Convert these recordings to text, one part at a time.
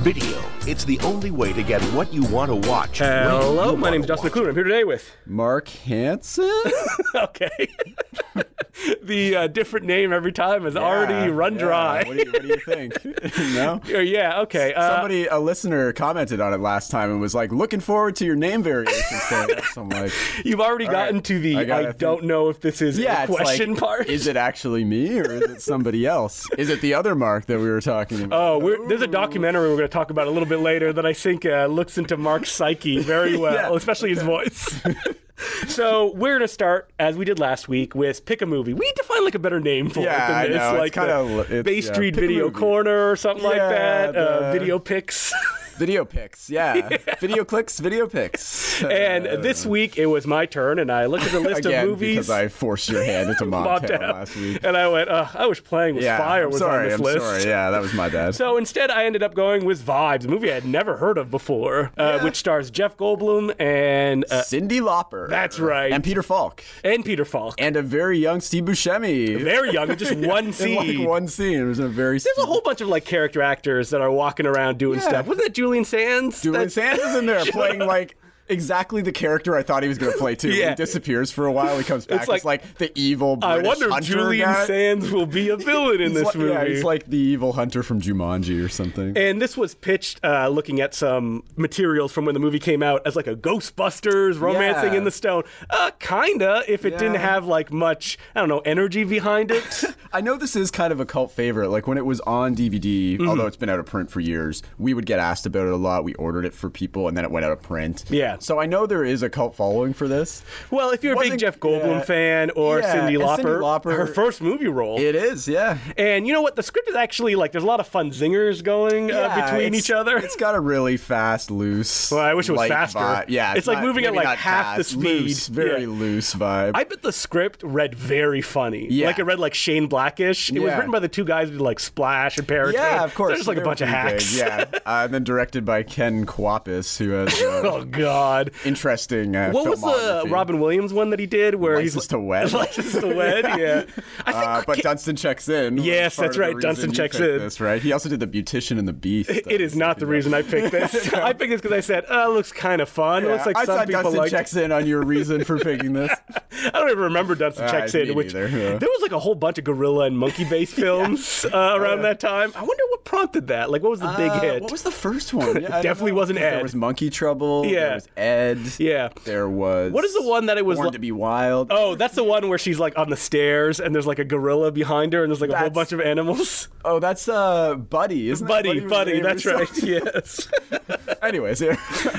Video. It's the only way to get what you want to watch. Uh, when Hello, you my name is wanna Justin watch. McClune. I'm here today with. Mark Hansen? Okay. the uh, different name every time has already run yeah. dry. What do you, what do you think? no? Oh, yeah, okay. Uh, Somebody, a listener, commented on it last time and was like, looking forward to your name variations. Taylor." so I'm like, you've already gotten right. to the I I, gotta think- don't know if this is yeah, a it's like, question part. Is it actually me or is it somebody else? Is it the other Mark that we were talking about? Oh, we're, there's a documentary we're going to talk about a little bit later that I think uh, looks into Mark's psyche very well, especially his voice. so we're going to start as we did last week with pick a movie. We need to find like a better name for Yeah, I it than this, know. It's like kinda the li- it's- Bay yeah, Street pick a Video movie. Corner or something like Yeah, that. Uh, the- video picks. Video pics, yeah. Video clicks, video pics. Uh, and this week it was my turn, and I looked at the list Again, of movies. because I forced your hand into Mocked Mocktown out. last week. And I went, Ugh, I wish playing with Yeah, fire I'm was on sorry, this I'm list. sorry. Yeah, that was my bad. So instead, I ended up going with Vibes, a movie I had never heard of before, uh, which stars Jeff Goldblum and uh, Cindy Lauper. That's right. And Peter Falk. and Peter Falk. And a very young Steve Buscemi. Very young, in just one scene. In like one scene. It was a very. There's a whole bunch of like character actors that are walking around doing Yeah. stuff. Wasn't that Julian Sands? Julian That's- Sands is in there playing like. Exactly the character I thought he was going to play too. Yeah. He disappears for a while. He comes back. It's like- like, the evil. I British wonder if hunter Julian guy. Sands will be a villain in He's this like- movie. Yeah, he's like the evil hunter from Jumanji or something. And this was pitched uh, looking at some materials from when the movie came out as like a Ghostbusters romancing Yeah. in the stone. Uh, kinda, if it didn't Yeah. have like much, I don't know, energy behind it. I know this is kind of a cult favorite. Like when it was on DVD, Mm-hmm. although it's been out of print for years, we would get asked about it a lot. We ordered it for people, and then it went out of print. Yeah. So I know there is a cult following for this. well, if you're a big Wasn't- Jeff Goldblum yeah. fan or Yeah, Cindy, and Lauper, Cyndi Lauper- her first movie role. It is, yeah. and you know what? The script is actually like there's a lot of fun zingers going uh, Yeah, between it's- each other. It's got a really fast, loose. Well, I wish it was light faster. vibe. Yeah, It's like moving at, maybe like, not half the fast, Loose, speed. very Yeah. loose vibe. I bet the script read very funny. Yeah. Like it read like Shane Blackish. It was Yeah. written by the two guys who did like Splash and Parrot. yeah, of course. They're just like a they're bunch of pretty big, hacks. Yeah, uh, and then directed by Ken Kwapis, who has uh, oh God. interesting. Uh, What was the filmography. Robin Williams one that he did where License he's to Wed. License to Wed, yeah. I think Uh, but Dunstan checks in. was Yes, part that's of the right, reason Dunstan you checks picked in. This right. He also did the Beautician and the Beast. it is not the reason I picked this. I picked this because I said, "Oh, it looks kind of fun. It looks like I some saw people Dunstan like." checks in on your reason for picking this. I don't even remember Dunstan Uh, checks in. me Which neither, there yeah. was like a whole bunch of gorilla and monkey based films uh, around that time. I wonder what prompted that. Like, what was the big Uh, hit? What was the first one? Yeah, I don't Definitely know. wasn't Ed. There was Monkey Trouble. Yeah. There was Ed. yeah. There was. What is the one that it was? Born like- to be Wild. Oh, that's the one where she's like on the stairs and there's like a gorilla behind her and there's like a whole That's- bunch of animals. Oh, that's uh, Buddy, isn't it? Buddy, was buddy, the name or that's right. Yes. something? Anyways, yeah.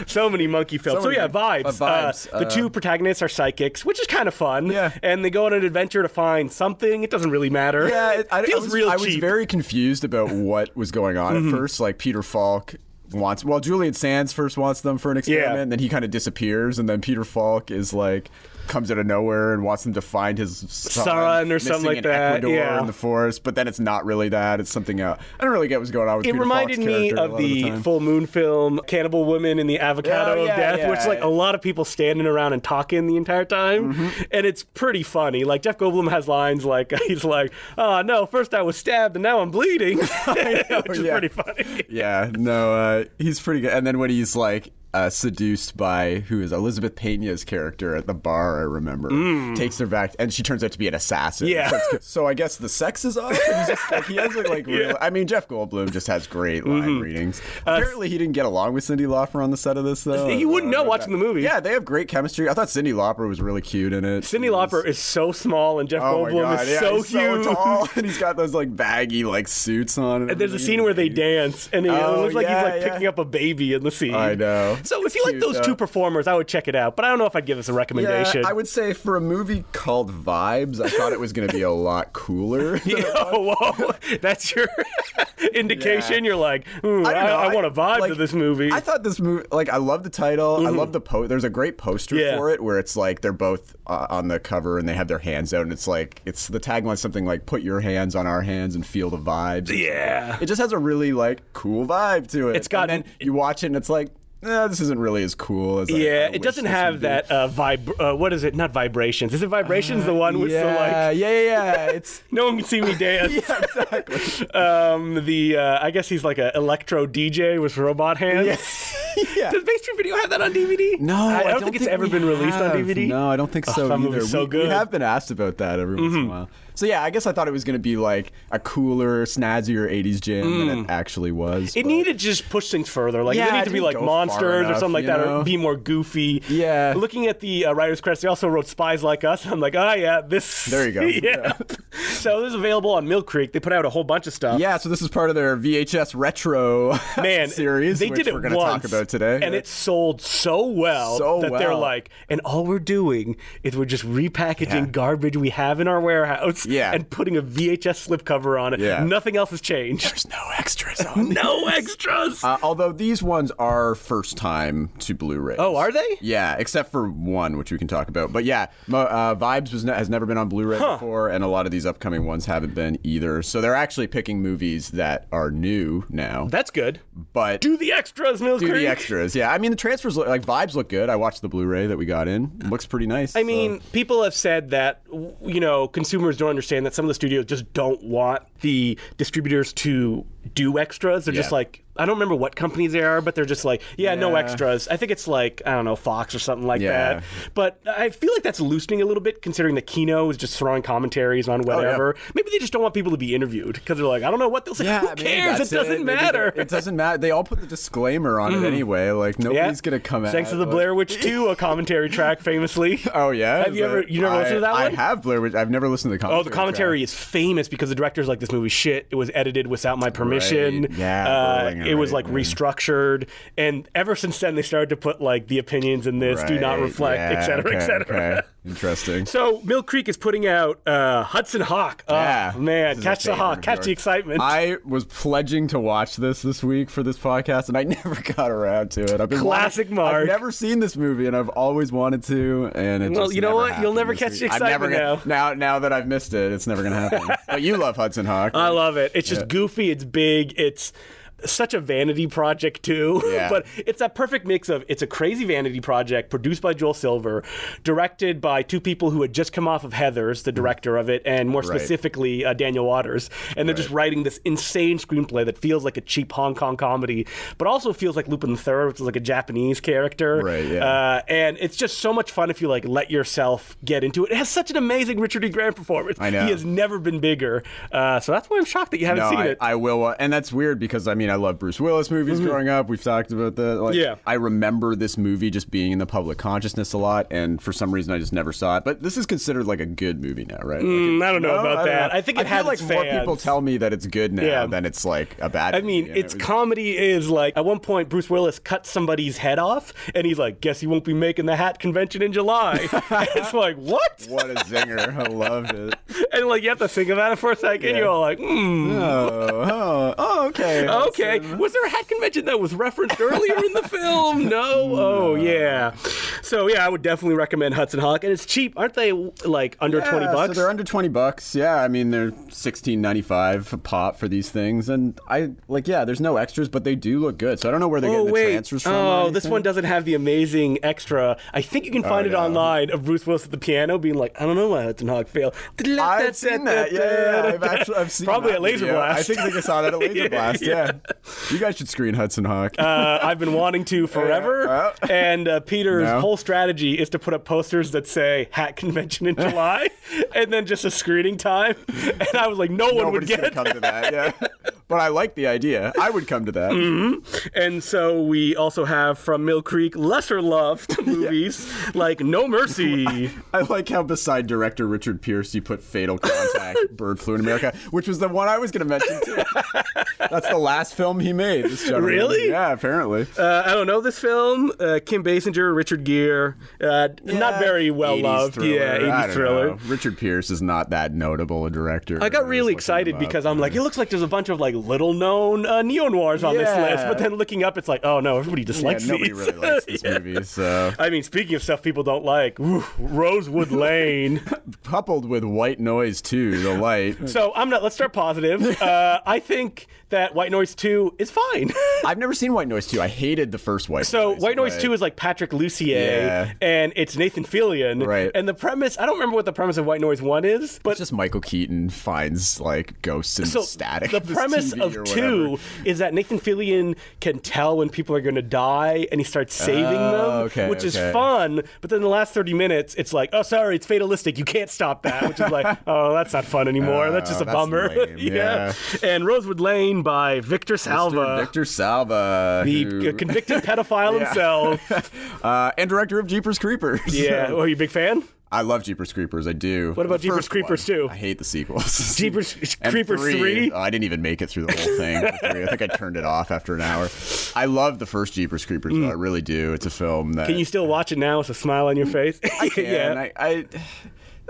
so many monkey films. So So, many yeah, mon- vibes. uh, vibes, the uh, two protagonists are psychics, which is kind of fun. Yeah. And they go on an adventure to find something. It doesn't really matter. Yeah, it, I, I feels was, real I cheap. Mm-hmm. was very confused about what was going on at first. Like Peter Falk wants, well, Julian Sands first wants them for an experiment, and then he kind of disappears, and then Peter Falk is like comes out of nowhere and wants them to find his son, Son or missing something like in that, Ecuador yeah. in the forest. But then it's not really that; it's something else. I don't really get what's going on with it Peter reminded Falk's me character a lot of of the the time. full moon film cannibal woman in the avocado Oh, of yeah, death which yeah. like a lot of people standing around and talking the entire time Mm-hmm. and it's pretty funny like jeff goldblum has lines like he's like oh no first i was stabbed and now i'm bleeding which is Oh, yeah. pretty funny Yeah, no, uh, he's pretty good. And then when he's like uh, seduced by who is Elizabeth Pena's character at the bar, I remember, takes her back, and she turns out to be an assassin. Mm. Yeah. so, it's good. So I guess the sex is off. He's just, like, he has like, like real. I mean, Jeff Goldblum just has great line Mm-hmm. readings. Apparently, he didn't get along with Cindy Lauper on the set of this though. you Uh, wouldn't know watching the movie Yeah, they have great chemistry. I thought Cindy Lauper was really cute in it. Cindy She was- Lauper is so small and Jeff Oh my Goldblum God, is yeah, so he's huge. so tall, and he's got those like baggy like suits on. And There's a everything. scene where they dance, and it Oh, looks like yeah, he's like yeah. picking up a baby in the scene. I know. So if you like cute, those though. two performers, I would check it out. But I don't know if I'd give this a recommendation. I would say for a movie called Vibes, I thought it was going to be a lot cooler. oh, whoa. That's your indication. You're like, "Ooh, I, don't know, I, want a vibe like, to this movie. Mm-hmm. I thought this movie, like, I love the title. I love the po. There's a great poster Yeah. for it where it's like they're both uh, on the cover and they have their hands out, and it's like it's the tagline something like "Put your hands on our hands and feel the vibes." yeah. It just has a really like cool vibe to it. It's got- And then you watch it and it's like eh, this isn't really as cool as I- I Yeah, wish it doesn't this have would be." that uh, vib. Uh, what is it? Not vibrations. Is it vibrations? the one with the Uh, yeah, like. yeah, yeah, yeah. It's No one can see me dance. yeah, exactly. Um, the uh, I guess he's like an electro DJ with robot hands. yeah. Does Bay Street Video have that on DVD? No, I, I don't, think it's we ever been released have. on DVD. No, I don't think so that either. movie's Oh, so we, good. Mm-hmm. we have been asked about that every once in a while. So yeah, I guess I thought it was going to be like a cooler, snazzier '80s jam than it actually was. Mm. It but- needed to just push things further. Like they Yeah, it need to be didn't like go far monsters or enough, something like you that, or know? be more goofy. Yeah. Looking at the uh, writer's credits, they also wrote "Spies Like Us." I'm like, oh yeah, this. There you go. yeah. so this is available on Mill Creek. They put out a whole bunch of stuff. Yeah, so this is part of their VHS retro Man, series. they which did it We're going to once, talk about today, and it sold so well So that they're well. like, and all we're doing is we're just repackaging Yeah. garbage we have in our warehouse, Yeah. and putting a VHS slipcover on it. Yeah. Nothing else has changed. there's no extras on. no extras. Uh, although these ones are first time to Blu-ray. oh, are they? Yeah, except for one, which we can talk about. But yeah, Mo- uh, Vibes was ne- has never been on Blu-ray before, and a lot of these upcoming ones haven't been either. So they're actually picking movies that are new now, That's good. but do, Do the extras, Mill Creek. the extras. Yeah, I mean the transfers look, like Vibes look good. I watched the Blu-ray that we got in; It looks pretty nice. I mean, people have said that w- you know consumers don't understand that some of the studios just don't want the distributors to do extras. They're just Yeah. like, I don't remember what companies they are, but they're just like, yeah, no Yeah. extras. I think it's like I don't know Fox or something like Yeah. that. But I feel like that's loosening a little bit considering that Kino is just throwing commentaries Oh, on whatever. Maybe they just don't want people to be interviewed because they're like, I don't know what they'll say. Yeah, Who maybe cares? It that's doesn't Maybe matter. Mm. It doesn't matter. They all put the disclaimer on it anyway. Like nobody's gonna come out. Thanks to the like- Blair Witch 2, a commentary track famously. Oh yeah. Have Is you that- ever- you never I, listened to that I one? have Blair Witch. I've never listened to the commentary. Oh, the commentary is famous because the director's like, "This movie's shit. It was edited without my permission. Right. Yeah, uh, Berlinger, it was right, like man. restructured." And ever since then, they started to put like the opinions in this track. do not Right, reflect, yeah, et cetera, et okay, cetera. okay. Interesting. So Mill Creek is putting out uh, Hudson Hawk. Oh, Yeah. This man, is catch a the hawk, favorite of catch the yours. excitement. I was pledging to watch this this week for this podcast, and I never got around to it. I've been Classic wanting- Mark. I've never seen this movie, and I've always wanted to. And it Well, just you know never what? You'll happened never this catch the week. I've never excitement gonna- now. Now that I've missed it, it's never going to happen. but you love Hudson Hawk. I love it. It's just goofy. It's big. It's such a vanity project too. Yeah. but it's that perfect mix of it's a crazy vanity project produced by Joel Silver, directed by two people who had just come off of Heather's, the director of it, and more Hmm. Right. specifically uh, Daniel Waters, and they're just writing this insane screenplay that feels like a cheap Hong Kong comedy, but also feels like Lupin III, which is like a Japanese character. Right, yeah. Uh, and it's just so much fun if you like let yourself get into it. It has such an amazing Richard E. Grant performance. I know. He has never been bigger. Uh, so that's why I'm shocked that you haven't no, seen I, it. Mm-hmm. I will, uh, and that's weird because I mean I love Bruce Willis movies growing up. We've talked about that. Like, Yeah. I remember this movie just being in the public consciousness a lot, and for some reason I just never saw it. But this is considered like a good movie now, right? Like, Mm, I don't know No, about don't that. know. I think it I had feel like its more people fans. tell me that it's good now Yeah. than it's like a bad. I mean, movie, and its it was- comedy is like at one point Bruce Willis cuts somebody's head off, and he's like, "Guess he won't be making the hat convention in July." And it's like what? what a zinger! I love it. And like you have to think about it for a second. You're all like, "Hmm, Oh, oh, oh, okay, okay." Was there a hat convention that was referenced earlier in the film? No. Oh yeah. So yeah, I would definitely recommend Hudson Hawk, and it's cheap, aren't they? Like under Yeah, twenty bucks. So they're under twenty bucks. Yeah, I mean they're sixteen ninety five a pop for these things, and I like yeah. There's no extras, but they do look good. So I don't know where they're Oh getting the wait! transfers from. or oh, this anything. one doesn't have the amazing extra. I think you can find it no. online of Bruce Willis at the piano being like, "I don't know why Hudson Hawk failed." I've seen that. Yeah, yeah, yeah. I've actually I've seen probably that at Laser video. Blast. I think like, I saw that at Laser Yeah, Blast. Yeah. you guys should screen Hudson Hawk. uh, I've been wanting to forever, Yeah, well. and uh, Peter's No. whole strategy is to put up posters that say "Hat Convention in July," and then just a screening time. And I was like, no one would Nobody's get gonna it. come to that. Yeah, but I like the idea. I would come to that. Mm. And so we also have from Mill Creek lesser loved movies like No Mercy. I like how beside director Richard Pierce, you put Fatal Contact, Bird Flew in America, which was the one I was going to mention too. That's the last film he made. This gentleman. Really? Yeah, apparently. Uh, I don't know this film. Uh, Kim Basinger, Richard Gere, uh, not very well 80s loved. thriller. Yeah, I 80s don't thriller. know. Richard Pierce is not that notable a director. I got was really looking excited him up. because I'm like, it looks like there's a bunch of like little known uh, neo noirs on this Yeah. list, but then looking up, it's like, oh no, everybody just yeah, likes nobody these. really likes this movie. So, I mean, speaking of stuff people don't like, whew, Rosewood Lane. coupled with White Noise too, the light. so I'm not. Let's start positive. Uh, I think that White Noise 2 is fine. I've never seen White Noise 2. I hated the first White So Noise. White Noise but- 2 is like Patrick Lucier Yeah. and it's Nathan Fillion. Right. And the premise, I don't remember what the premise of White Noise 1 is, but It's just Michael Keaton finds like ghosts and so static. the of this premise TV or of 2 whatever. is that Nathan Fillion can tell when people are going to die and he starts saving them, Oh, okay, which is okay. fun, but then the last 30 minutes it's like, "Oh, sorry, it's fatalistic. You can't stop that." Which is like, "Oh, that's not fun anymore. that's just a Oh, that's bummer." lame, And Rosewood Lane by Victor Salva. Mr. Victor Salva, the uh, who- convicted pedophile himself. uh, and director of Jeepers Creepers. Yeah. Well, are you a big fan? I love Jeepers Creepers. I do. What about Jeepers Creepers too? I hate the sequels. Jeepers And Creepers 3? Oh, I didn't even make it through the whole thing. the three. I think I turned it off after an hour. I love the first Jeepers Creepers. Though. I really do. It's a film that Mm. Can you still watch it now with a smile on your face? yeah. I, I,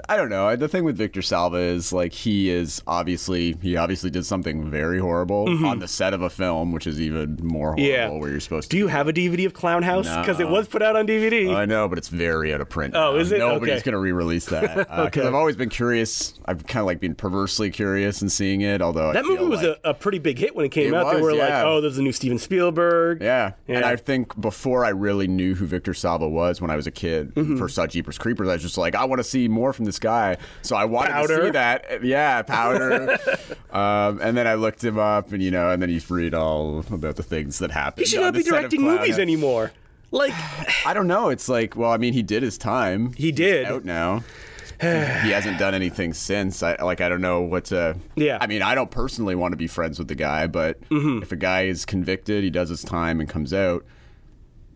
I don't know. The thing with Victor Salva is like he is obviously he obviously did something very horrible on the set of a film, which is even more horrible. Mm-hmm. Yeah. Where you're supposed to. Do you have a DVD of Clown House? Because it No. Oh, was put out on DVD. I know, but it's very out of print. Oh, now. is it? Nobody's Okay. going to re-release that. Because Okay. I've always been curious. I've kind of like been perversely curious and seeing it. Although I that movie feel was like- a, a pretty big hit when it came It out. they was, were yeah. like, oh, there's a new Steven Spielberg. Yeah. And Yeah. I think before I really knew who Victor Salva was when I was a kid, Mm-hmm. first saw Jeepers Creepers, I was just like, I want to see more from this guy. So I wanted to Powder. see that. Yeah, Powder. um, and then I looked him up and, you know, and then you read all about the things that happened. He should on not the be set of directing Clown movies House. anymore. Like, I don't know. It's like, well, I mean, he did his time. He did. He's out now. he hasn't done anything since. I like. I don't know what to. Yeah. Mm-hmm. I mean, I don't personally want to be friends with the guy, but if a guy is convicted, he does his time and comes out.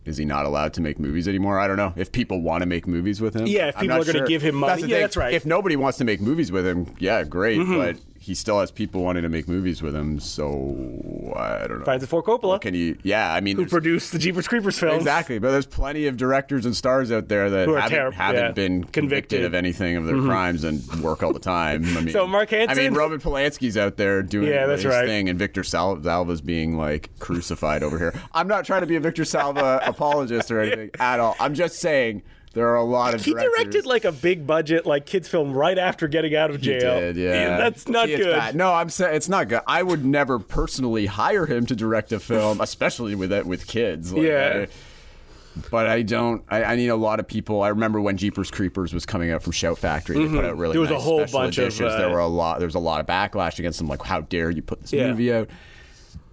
Is he not allowed to make movies anymore? I don't know. If people want to make movies with him, Yeah, if I'm people not are gonna sure. give him money. the Yeah, thing. that's right. Mm-hmm. If nobody wants to make movies with him, yeah, great. But he still has people wanting to make movies with him, so I don't know. Francis Ford Coppola, Can you? Yeah, I mean, who there's- produced the Jeepers Creepers films. Exactly, but there's plenty of directors and stars out there that Who are haven't, terrib- haven't yeah, been convicted, convicted. Mm-hmm. of anything of their crimes and work all the time. I mean, So Mark I mean, Hansen? Roman Polanski's out there doing Yeah, that's his right. thing, and Victor Sal- Salva's being like crucified over here. I'm not trying to be a Victor Salva apologist or anything at all. I'm just saying there are a lot of He directors. directed like a big budget like kids film right after getting out of He jail. did, yeah. that's not See, it's good. bad. No, I'm saying it's not good. I would never personally hire him to direct a film, especially with that with kids. Like, Yeah. I- but I don't. I, I need a lot of people. I remember when Jeepers Creepers was coming out from Shout Factory. They put out Mm-hmm. really There was a nice whole special bunch of, editions. uh, there were a lot. There was a lot of backlash against them. Like, how dare you put this Yeah. movie out?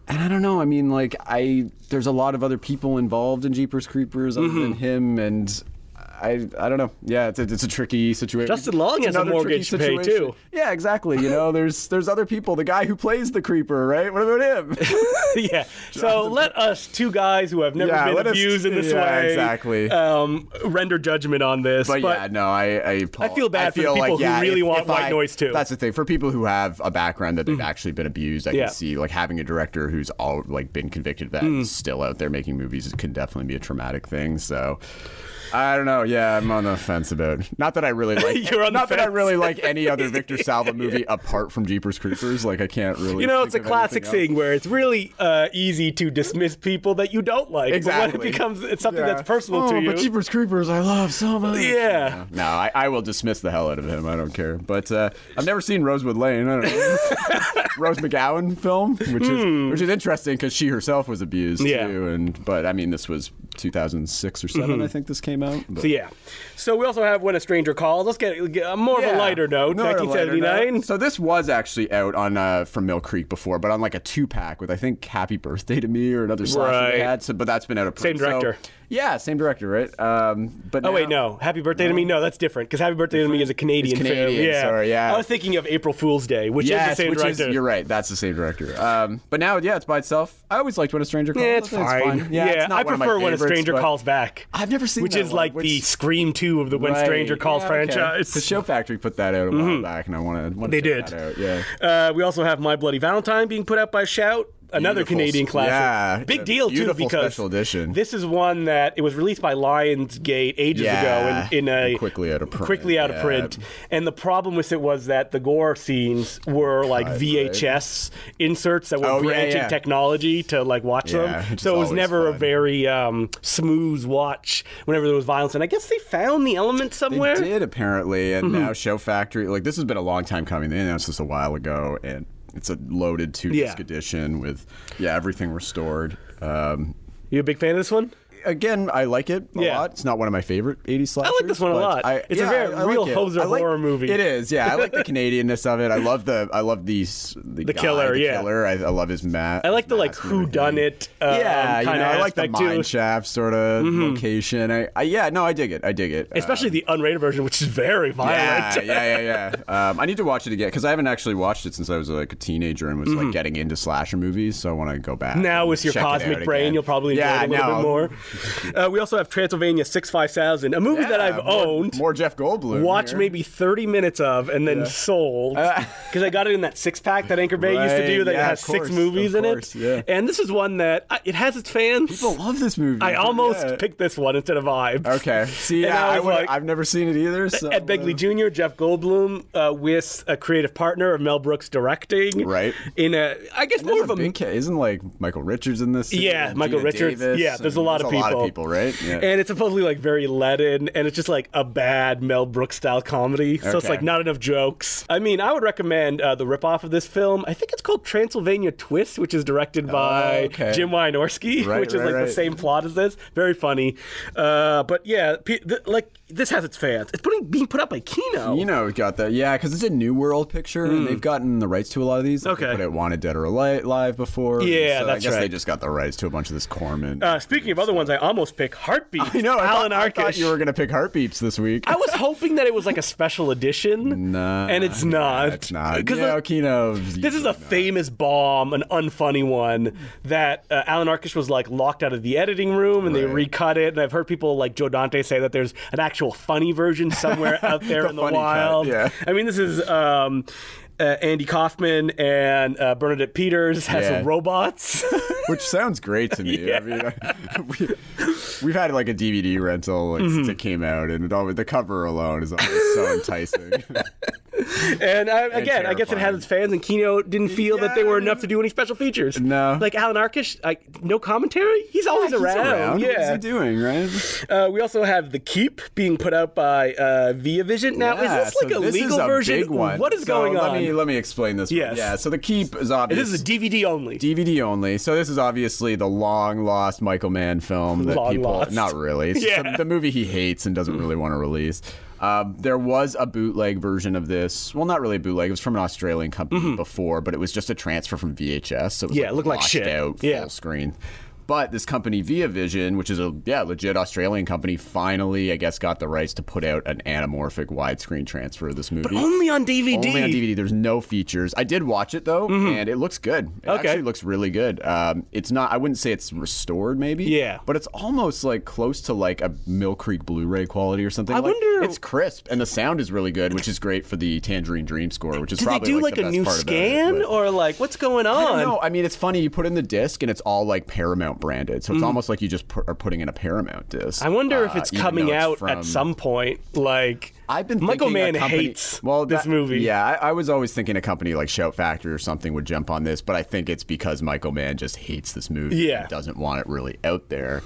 And I don't know. I mean, like, I there's a lot of other people involved in Jeepers Creepers other Mm-hmm. than him and. I, I don't know. Yeah, it's a, it's a tricky situation. Justin Long It's has a another tricky mortgage to pay, situation. too. Yeah, exactly. You know, there's there's other people. The guy who plays the creeper, right? What about him? yeah. So let us two guys who have never Yeah, been let us- abused in this yeah, way exactly. um, render judgment on this. but, yeah, no, I I, I feel bad for the feel people who like, yeah, really if- want if white I- noise, too. Mm. That's the thing for people who have a background that they've actually been abused. I Yeah. Mm. can see like having a director who's all like been convicted of that and still out there making movies it can definitely be a traumatic thing. So. I don't know. Yeah, I'm on the fence about. Not that I really like. You're on the not that I fence. really like any other Victor Salva movie apart from Jeepers Creepers. Like I can't really. you know, think it's a of anything classic else. thing where it's really uh, easy to dismiss people that you don't like. But when Exactly. it becomes it's something Yeah. that's personal Oh, to you. But Jeepers Creepers, I love so much. yeah. No, I, I will dismiss the hell out of him. I don't care. But uh, I've never seen Rosewood Lane. I don't know. Rose McGowan film, which is which is interesting because she herself was abused Hmm. Yeah. Hmm. too. And but I mean, this was 2006 or 7 I think this came out. But- So yeah. So we also have When a Stranger Calls. Let's get, get a more of a Yeah. lighter note. Not a lighter 1979. note. So this was actually out on uh, from Mill Creek before, but on like a two pack with I think "Happy Birthday to Me" or another song they Right. had. So, but that's been out of print. Same director. So, yeah, same director, right? Um, but Oh wait, now- no. Happy birthday to me. No, that's different because Happy Birthday to me is a Canadian, It's Canadian, film. Yeah. sorry, yeah. I was thinking of April Fool's Day, which Yes, is the same which director. is you're right. That's the same director. Um, but now, yeah, it's by itself. I always liked When a Stranger Calls. Yeah, it's I think fine. Yeah, it's not I one of my prefer when a favorites, stranger but- calls back. I've never seen which that is one, like which- the Scream Two of the When Right. Stranger Calls Yeah, okay. franchise. Mm-hmm. The Show Factory put that out a while back, and I want to. They check did. That out. Yeah. Uh, we also have My Bloody Valentine being put out by Shout, another Beautiful Canadian s- classic. yeah, big a deal too beautiful because special edition. this is one that it was released by Lionsgate ages Yeah, ago in, in a quickly out of print, quickly out of yeah. print. And the problem with it was that the gore scenes were like right. VHS inserts that were Oh, yeah, branching yeah. technology to like watch Yeah, them, which so is it was always never a fun. very um, smooth watch. Whenever there was violence, and I guess they found the element somewhere. Mm-hmm. They did apparently, and now Show Factory. Like this has been a long time coming. They announced this a while ago, and it's a loaded two disc Yeah. edition with yeah everything restored. Um, You a big fan of this one? again, I like it a Yeah. lot. It's not one of my favorite 80s slashers. like this one a but lot. I, It's a yeah, very I- I real like it. hoser I like- horror movie. It is, yeah. I like the Canadianness of it. I love the I love these the, guy, killer, the yeah. killer. I, I love his mat. I like the like who done it. Um, yeah, you kind know, of I like the aspect Mm-hmm. too. mine shaft sort of location. I, I yeah, no, I dig it. I dig it. Uh, Especially the unrated version, which is very violent. yeah, yeah, yeah, yeah. Um, I need to watch it again because I haven't actually watched it since I was like a teenager and was like getting into slasher movies. So I want to go back. Mm-hmm. Now and with your check it cosmic out brain, again. you'll probably enjoy yeah, it a little no. bit more. Uh, we also have Transylvania 65000, a movie that Yeah, I've more- owned, More Jeff Goldblum. watched here. Uh, maybe 30 minutes of, and then sold. Because I got it in that six pack that Anchor Bay used to Right, do that yeah, has of six course, movies of in course, it. yeah. And this is one that I, it has its fans. People love this movie. I almost Yeah. picked this one instead of Vibes. Okay. See, And yeah, I I was would, like- I've never seen it either. So, Ed Begley uh, Jr., Jeff Goldblum, uh, with a creative partner of Mel Brooks directing. Right. In a, I guess more of there's a. a big ca- isn't like Michael Richards in this? too? Yeah, Michael Gina Richards. Davis, Yeah, there's a and lot of there's people. people, right? Yeah. And it's supposedly like very leaden, and it's just like a bad Mel Brooks style comedy. So it's Okay. like not enough jokes. I mean, I would recommend uh, the ripoff of this film. I think it's called Transylvania Twist, which is directed by Oh, okay. Jim Wynorski, Right, which is right, like the right. same plot as this. Very funny. Uh, but yeah, pe- th- like this has its fans. It's putting, being put out by Kino. You know, got that. Yeah, because it's a New World picture, and they've gotten the rights to a lot of these. Hmm. Like, Okay. They put it Wanted Dead or Alive Live before. and Yeah, so that's I guess they right. just got the rights to a bunch of this Corman. Uh, speaking of other ones, I almost picked Heartbeat. you know, I Alan thought, I Arkin. thought you were going to pick Heartbeats this week. I was hoping that it was like a special edition, Nah, and it's not. It's not. 'Cause, You like, know, Kino. This is a famous bomb, an unfunny one that uh, Alan Arkish was like locked out of the editing room, and they Right. recut it. And I've heard people like Joe Dante say that there's an actual funny version somewhere out there The in the funny cut, wild. yeah. I mean, this is um, uh, Andy Kaufman and uh, Bernadette Peters has Yeah. robots. Which sounds great to me. I mean, I, we, we've had like a DVD rental like, Mm-hmm. since it came out, and it always, the cover alone is always so enticing. And I, again, I guess it had terrifying. its fans, and Kino didn't feel that they were enough to do any special features. No. like Alan Arkish, like no commentary. He's always He's around. around. What is Yeah. he doing, right? Uh, we also have the Keep being put out by uh, ViaVision. Now, Yeah, is this like so a legal is a version? Big one. What is So going let on? Me, let me explain this. one. Yes. Yeah. So the keep is obvious. this is a DVD only. DVD only. So this is obviously the long lost Michael Mann film that Long people lost. not really. It's Yeah. just the, the movie he hates and doesn't really want to release. Um, there was a bootleg version of this. Well, not really a bootleg. It was from an Australian company before, but it was just a transfer from VHS. So it was Mm-hmm. Yeah, like it looked like washed shit. out, Yeah. full screen. But this company, ViaVision, which is a yeah legit Australian company, finally I guess got the rights to put out an anamorphic widescreen transfer of this movie. only on DVD. Only on DVD. There's no features. I did watch it though, and it looks good. It Mm-hmm. Okay. actually looks really good. Um, it's not. I wouldn't say it's restored, maybe. Yeah. But it's almost like close to like a Mill Creek Blu-ray quality or something. I Like, wonder- It's crisp, and the sound is really good, which is great for the Tangerine Dream score, which is Did they probably do like, like, the a best new part about it, scan but- or like what's going I on? don't know. I mean, it's funny. You put in the disc, and it's all like Paramount branded, so it's almost like you just put, are putting in a Paramount disc. Mm. I wonder if uh, it's even coming though it's out from- at some point. Like I've been Michael thinking a Mann company- hates well this that- movie. Yeah, I, I was always thinking a company like Shout Factory or something would jump on this, but I think it's because Michael Mann just hates this movie. Yeah. and doesn't want it really out there.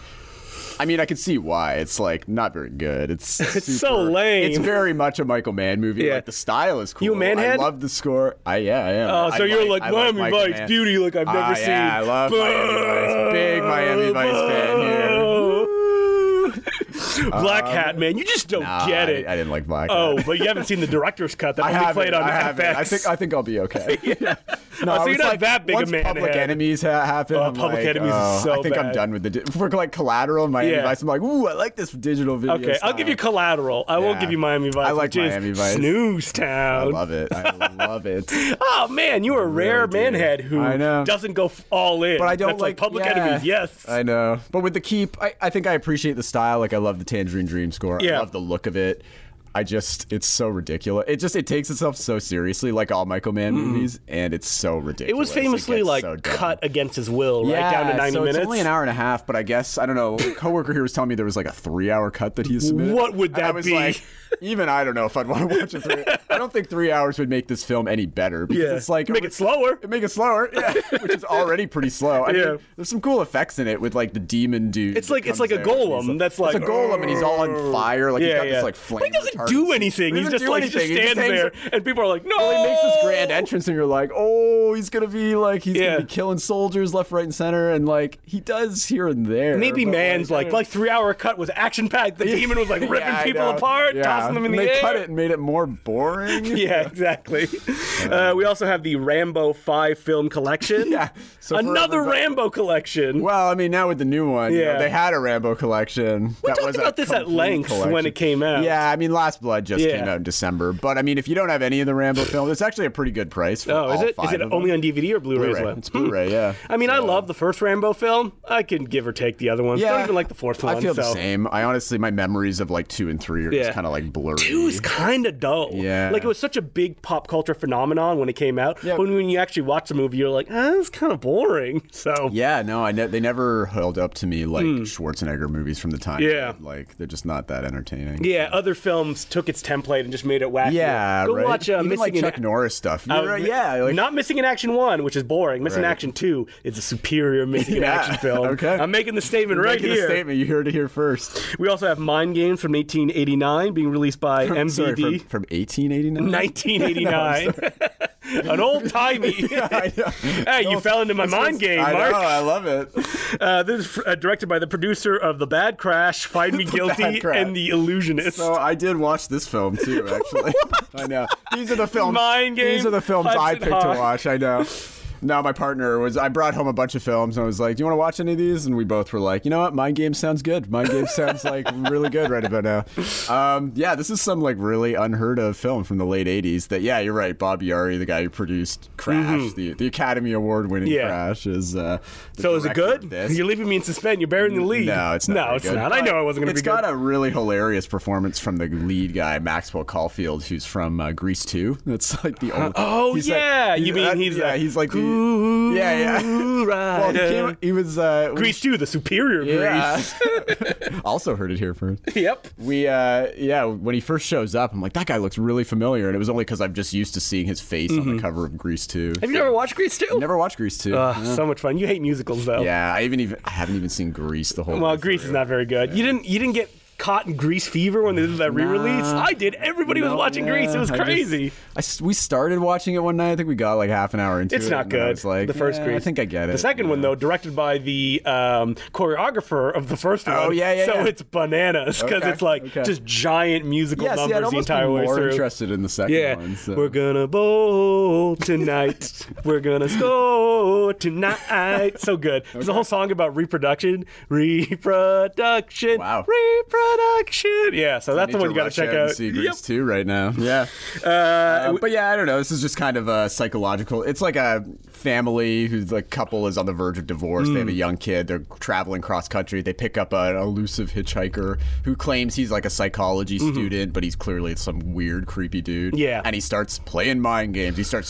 I mean, I can see why. It's like not very good. It's It's super- so lame. It's very much a Michael Mann movie. Yeah. Like the style is cool. You a I Manhead? love the score. I yeah, I am. Oh, I so you're like, I Miami Michael Vice, Mann. beauty like I've never Ah, seen. Yeah, I love Miami Vice. Big Miami Vice fan here. Uh, here. Black Hat, man, you just don't Nah, get it. Ah, I, I didn't like Black. oh, Hat. but you haven't seen the director's cut that I only haven't. played on I FX. haven't. I think I think I'll be okay. No, Oh, I so was you're not like, that big a once man Public ahead. Enemies ha- happen. Oh, I'm Public like, Enemies is oh, so I think bad. I'm done with the. Di- for like Collateral, Miami Yeah. Vice. I'm like, ooh, I like this digital video. Okay, I'll give style. you collateral. I won't uh, Yeah. give you Miami Vice. I like which is Miami Vice. Snooze I Town. love it. I love it. oh man, you are a rare do. manhead who I know. doesn't go f- all in. But I don't That's like, Public yeah. Enemies. Yes. I know. But with the keep, I, I think I appreciate the style. Like I love the Tangerine Dream score. Yeah. I love the look of it. I just, it's so ridiculous. It just, it takes itself so seriously, like all Michael Mann movies, and it's so ridiculous. it was famously gets like so dumb. cut against his will, right down to ninety so minutes. It's only an hour and a half, but I guess I don't know. A coworker here was telling me there was like a three-hour cut that he submitted. What would And I that was be? Like, even I don't know if I'd want to watch a three. I don't think three hours would make this film any better because Yeah. it's like Make it slower. Make it slower, yeah, which is already pretty slow. I Yeah. mean, there's some cool effects in it with like the demon dude. It's like- that it's like comes a there and he's golem that's like, it's a golem and he's all on fire. Like he's yeah, got yeah. this like flame. But he doesn't retardant do suit. anything. He He's doesn't just do like he just anything. He stands hangs there, out- and people are like, "No!" Well, he makes this grand entrance, and you're like, oh, he's gonna be like, he's Yeah. gonna be killing soldiers left, right, and center, and like he does here and there. Maybe but, man's I like don't- like three hour cut was action packed. The demon was like Yeah, ripping I people know. apart, Yeah. tossing them in and the they air. cut it and made it more boring. Yeah, exactly. Uh, we also have the Rambo Five film collection. Yeah, so for another everybody- Rambo collection. Well, I mean, now with the new one, you know, Yeah. they had a Rambo collection. We talked about this at length when it came out. Yeah, I mean, Last Blood just Yeah. came out in December, but I mean, if you don't have any of the Rambo films, it's actually a pretty good price. For oh, is all it? Is five it of only them. on DVD or Blu-ray? as well? Blu-ray? It's Blu-ray, yeah. I mean, I love the first Rambo film. I can give or take the other ones. Yeah, Don't even like the fourth one. I feel so. the same. I honestly, my memories of like two and three are Yeah. just kind of like blurry. Two is kind of dull. Yeah. Like, it was such a big pop culture phenomenon when it came out. Yeah. But when you actually watch the movie, you're like, eh, it's kind of boring. So, Yeah, no, I ne- they never held up to me like Schwarzenegger movies from the time. Hmm. Yeah. like they're just not that entertaining. yeah, other films took its template and just made it wacky. yeah. Go right? watch uh, Even Missing like in Chuck Norris stuff. uh, You're right, yeah, like, not missing in action one, which is boring. Missing in Right. action two is a superior missing in Yeah, action film. okay. I'm making the statement you're right making here. a statement. You heard it here first. We also have Mind Games from 1989 being released by MVD. Sorry, from, from 1889. 1989. An old timey. hey, you fell into my mind game, I know, Mark. I love it. Uh, this is uh, directed by the producer of The Bad Crash, Find Me Guilty, Bad Crash. and The Illusionist. So I did watch this film too, actually. I know. These are the films. Mind These Game, are the films I Hudson picked Hawk. to watch. I know. No, my partner was. I brought home a bunch of films, and I was like, "Do you want to watch any of these?" And we both were like, "You know what? Mind Game sounds good. Mind Game sounds like really good right about now." Um, yeah, this is some like really unheard of film from the late '80s. That yeah, you're right. Bob Yari, the guy who produced Crash, the, the Academy Award winning Mm-hmm. Yeah. Crash, is. Uh, the so is it director of good? this. You're leaving me in suspense. You're burying the lead. No, it's not. No, very it's good. not. I But know I wasn't going to be It's got good. a really hilarious performance from the lead guy, Maxwell Caulfield, who's from uh, Grease 2. That's like the old. Oh, he's yeah. he's You mean that- he's uh, yeah, like, he's like the- "Ooh, yeah, yeah. well, he, came, rider." he was uh, Grease 2, the superior Yeah. Grease. also heard it here first. Yep. We uh yeah, when he first shows up, I'm like that guy looks really familiar, and it was only because I'm just used to seeing his face on the cover of Grease 2. Mm-hmm. Have you Uh, never watched Grease 2? Never watched Grease 2. So much fun. You hate musicals, though. yeah, I even even I haven't even seen Grease the whole. Well, way Grease through. is not very good. You didn't you didn't get caught in Grease fever when they did that re-release. I did. Everybody was No, watching Grease. It yeah, was I just- crazy. I s we started watching it one night. I think we got like half an hour into it's it. not and then I good. was like, the first "Yeah, Grease. I think I get it. The second one though, directed by the um, choreographer of the first one. Oh, yeah, yeah, So yeah. it's bananas because Okay, it's like okay. just giant musical Yeah, see, numbers I'd the almost entire be way more through. interested in the second Yeah, one. So. we're gonna bowl tonight. we're gonna score tonight. So good. There's a whole song about reproduction, reproduction, Wow. reproduction. Yeah, so that's Need the one you gotta rush check and out. See Yep. Grease two right now. Yeah, Uh, but yeah, I don't know. This is just kind of a psychological. It's like a family who the couple is on the verge of divorce. They have a Mm. young kid. They're traveling cross country. They pick up an elusive hitchhiker who claims he's like a psychology student, but he's clearly some weird, creepy dude. Mm-hmm. Yeah. and he starts playing mind games. He starts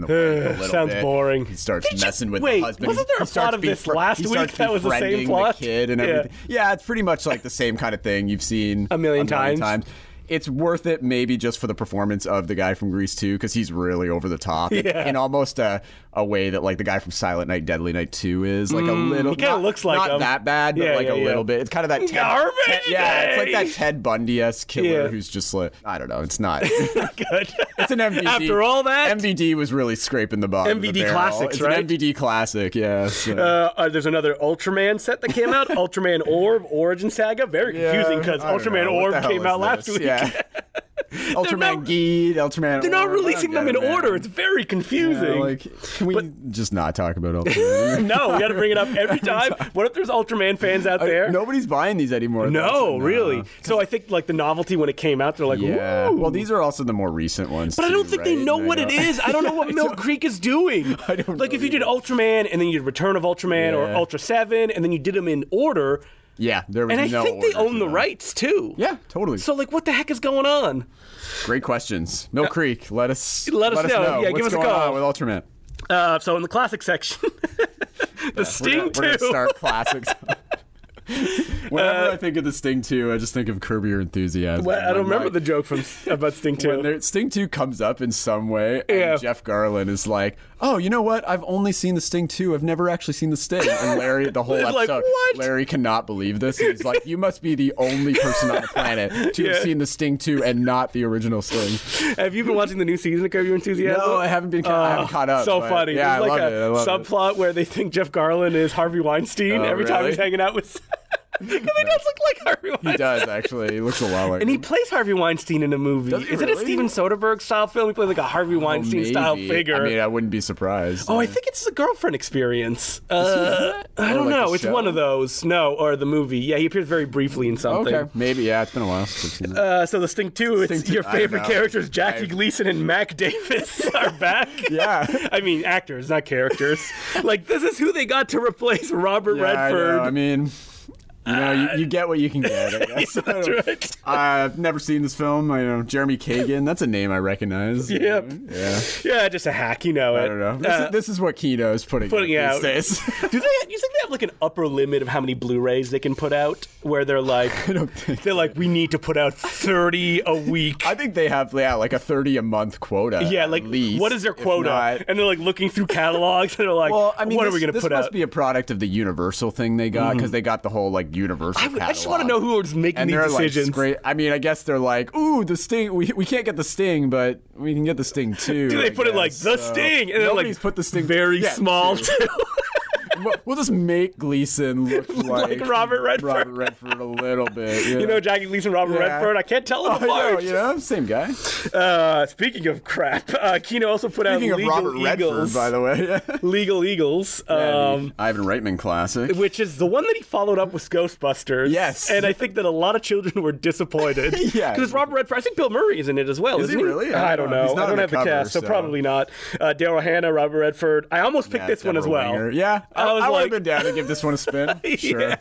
the wife a little sounds bit. boring. He starts Did you- messing with wait, the husband. wasn't He- there a he starts plot of this befri- last he week starts that was the same befriending plot? The kid and Yeah. everything. Yeah, it's pretty much like the same kind of thing you've seen A million times. It's worth it, maybe just for the performance of the guy from Grease 2, because he's really over the top in- Yeah. in almost a, a way that like the guy from Silent Night, Deadly Night 2 is like a little. Mm, he kinda not- looks like not him. that bad, but Yeah, like yeah, a yeah. little bit. It's kind of that Ted, Garbage Ted- yeah, it's like day. that Ted Bundy esque killer Yeah. who's just like I don't know. It's not. Good. It's an MVD. After all that. MVD was really scraping the bottom. of the MVD barrel. classics, it's right? An MVD classic, yeah. so- uh, uh, there's another Ultraman set that came out, Ultraman Orb Origin Saga. Very confusing because I don't Ultraman know. What the Orb hell came is out last this? week. Yeah. Ultraman not- Geed, Ultraman. They're not Orb, I don't releasing them get in it, man. order. It's very Yeah, confusing. like, can we just not talk about Ultraman? no, we got to bring it up every time. What if there's Ultraman fans out there? Nobody's buying these anymore. No, though, so really. So I think like the novelty when it came out, they're like, Yeah. "Ooh." Well, these are also the more recent ones. But I don't think they know what it is. I don't know what Milk Creek is doing. I don't like if know you did Ultraman and then you did Return of Ultraman or Yeah. Ultra Seven and then you did them in order, Yeah, there was and I no think they order own to the them. rights too. Yeah, totally. So like, what the heck is going on? Great questions. Mill Creek, let us Let us know. Yeah, what's give us a going call. on with Ultraman. Uh, so in the classic section, the Sting We're gonna, we're gonna Two. Uh, start classics. Whenever I think of the Sting 2, I just think of Curb Your Enthusiasm. Well, I When, don't remember like, the joke from about Sting when Two. there- Sting 2 comes up in some way, and Yeah. Jeff Garland is like, oh, you know what? I've only seen the Sting 2. I've never actually seen the Sting. And Larry, the whole He's episode, like, "What?" Larry cannot believe this. He's like, you must be the only person on the planet to Yeah. have seen the Sting 2 and not the original Sting. Have you been watching the new season of Curb Your Enthusiasm? Oh, No, I haven't been. Ca- I haven't caught up. So but funny. Yeah, There's I like love a it. I love it. subplot where they think Jeff Garland is Harvey Weinstein Oh, every time really? he's hanging out with. Because he does look like Harvey Weinstein. He does actually. He looks a lot like. And he him. plays Harvey Weinstein in a movie. Does he Is it a really? Steven Soderbergh style film? He plays like a Harvey Oh, Weinstein style maybe. figure. I mean, uh, I wouldn't be surprised. Oh, I Yeah. think it's the girlfriend experience. Uh, I Or don't like know. the It's show? one of those. No, or the movie. Yeah, he appears very briefly in something. Okay, maybe. Yeah, it's been a while. Since I've seen that. Uh, so the Sting Two, it's Sting Two, your I favorite know. characters, Jackie I- Gleason and Mac Davis, are back. Yeah. I mean actors, not characters. like this is who they got to replace Robert Yeah, I, know. Redford. I mean, you know, you, you get what you can get. I guess. That's right. I've never seen this film. I know Jeremy Kagan. That's a name I recognize. Yep. Yeah. Yeah, just a hack, you know it. I don't know. This, Uh, is, this is what Kino is putting, putting out out. these days. do they? You think they have like an upper limit of how many Blu-rays they can put out? Where they're like, they're like, we need to put out thirty a week. I think they have yeah, like a thirty a month quota. Yeah, at like least, what is their if quota? not- and they're like looking through catalogs and they're like, Well, I mean, what this, are we going to this put must out? Mm. be a product of the Universal thing they got because they got the whole like Universal. I would- I just want wanna know who was making and these they're, decisions. Like, great. I mean, I guess they're like, ooh, the Sting. We, we can't get the Sting, but we can get the Sting too. Do they I put it like guess. the So sting? And then like nobody's put the Sting very Yeah, small too. too. We'll- we'll just make Gleason look like, Robert Redford. Robert Redford a little bit. You know Jackie Gleason, Robert Yeah. Oh, Redford. I can't tell them I know, apart. you know, same guy. Uh, speaking of crap, uh, Kino also put Speaking out of Legal Robert Eagles. Redford, by the way, yeah. Legal Eagles. Um, Ivan Reitman classic. which is the one that he followed up with Ghostbusters. Yes. and I think that a lot of children were disappointed. Yeah. because Robert Redford. I think Bill Murray is in it as well. Is isn't he really? I don't know. He's not I don't on the have the cover, cast, so, so- probably not. Uh, Daryl Hannah, Robert Redford. I almost picked Yeah, this one as Deborah well. Winger. Yeah, I I, was I would like- have been down to give this one a spin. Sure,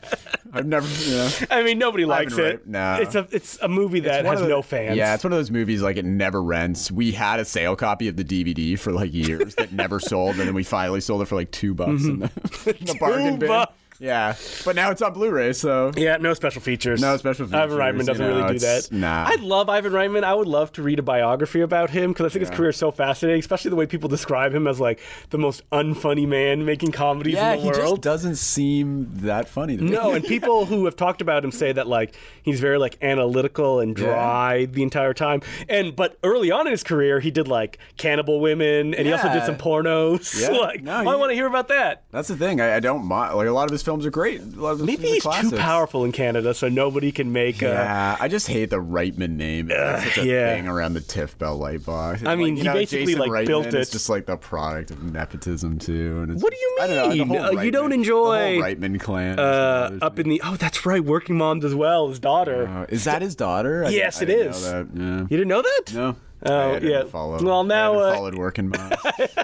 I've never. You know. I mean, nobody likes been it. raped, no. It's a it's a movie that One has of the- no fans. Yeah, it's one of those movies like it never rents. We had a sale copy of the DVD for like years that never sold, and then we finally sold it for like two bucks in the, in the bargain bin. bucks. Yeah, but now it's on Blu-ray, so Yeah, no special features. No special Ivan features, Reitman doesn't you know, really do it's- that. nah. I love Ivan Reitman. I would love to read a biography about him because I think his career is so fascinating, especially the way people describe him as like the most unfunny man making comedies in the world. doesn't seem that funny. To me. No, and people who have talked about him say that like he's very like analytical and dry the entire time. And but early on in his career, he did like cannibal women, and he also did Yeah. some pornos. Yeah. like, No, oh, I he- want to hear about that. that's the thing. I, I don't mind. Like a lot of his films are great. A lot of his Maybe films are he's too classics. powerful in Canada, so nobody can make. Uh, Yeah, I just hate the Reitman name. It's such a yeah. thing around the Tiff Bell light box. It's I mean, like, you he know, basically, Jason like, built Reitman is it- just like the product of nepotism too. And it's What do you I don't know, the mean? whole Uh, you don't Reitman- enjoy, the whole Reitman clan. uh, up in the oh, that's right, working moms as well, his daughter. Uh, is that his daughter? I- Yes, I it didn't is. know that. Yeah. you didn't know that? No. Oh, I didn't yeah. Follow. Well, I now, haven't uh, followed working moms.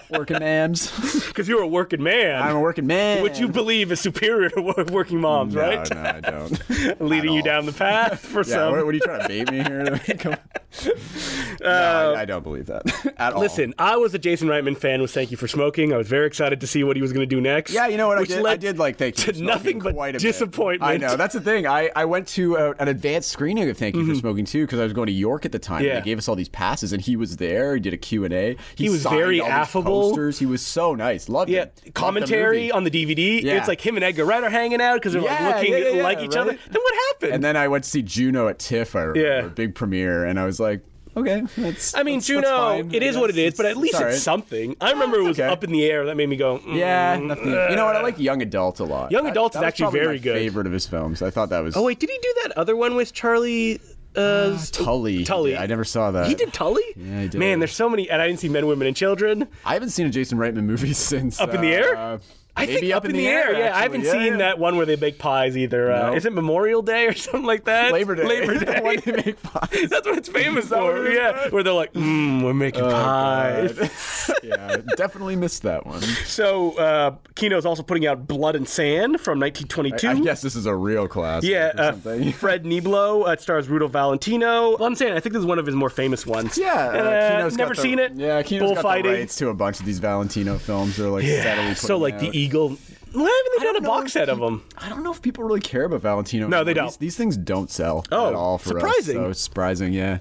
working moms. because you're a working man. I'm a working man. which you believe is superior to wor- working moms, No, right? No, I don't. Leading At you all. down the path for Yeah, some. what, what are you trying to bait me here? Come on. no, I, I don't believe that at all. Um, Listen, I was a Jason Reitman fan with Thank You for Smoking. I was very excited to see what he was going to do next. Yeah, you know what I which did? led I did like thank you to for Smoking nothing but quite a bit. disappointment. I know that's the thing. I, I went to a, an advanced screening of Thank You for Smoking too because I was going to York at the time. Mm-hmm. Yeah. And they gave us all these passes, and he was there. He did a Q and A. He was signed very all these affable. Posters. He was so nice. Loved Yeah, it. Loved the commentary movie. on the DVD. Yeah. It's like him and Edgar Wright are hanging out because they're Yeah, like looking yeah, yeah, like yeah, each other. right? Then what happened? And then I went to see Juno at TIFF. I remember, Yeah. big premiere, and I was like, okay, that's. I mean, that's, Juno, that's fine, it I is what it guess. is, but at least it's, all right. something. I remember it was okay. up in the air. That made me go, mm, Yeah, nothing. You know what? I like Young Adult a lot. Young I- Adult's that was actually probably very my good. Favorite of his films. I thought that was. Oh, wait, did he do that other one with Charlie? Ah, Uh, Tully. he Tully. did. I never saw that. he did Tully? Yeah, uh, he did. Man, there's so many. And I didn't see Men, Women, and Children. I haven't seen a Jason Reitman movie since Up in the Air? Uh, I maybe think up, in the, air. Yeah, I haven't actually. Yeah, seen yeah. that one where they bake pies either. Uh, No. Is it Memorial Day or something like that? Labor Day. Labor The Day. one they make pies. That's what it's famous that what for. it is? Yeah, where they're like, mm, we're making pies. Oh, God. yeah, definitely missed that one. So uh, Kino's also putting out Blood and Sand from 1922. I guess this is a real classic. Yeah, or uh, something. Fred Niblo. Uh, it stars Rudolph Valentino. Blood and Sand, I think this is one of his more famous ones. Yeah, And, uh, uh, Kino's got never the- seen it. Yeah, Kino's got the Bullfighting. rights to a bunch of these Valentino films. They're like steadily so putting like out. the Eagle Why haven't they done a don't know box if set of peop- them? I don't know if people really care about Valentino. No, they anymore. don't. These, these things don't sell Oh, at all for surprising. us. So it's surprising, yeah.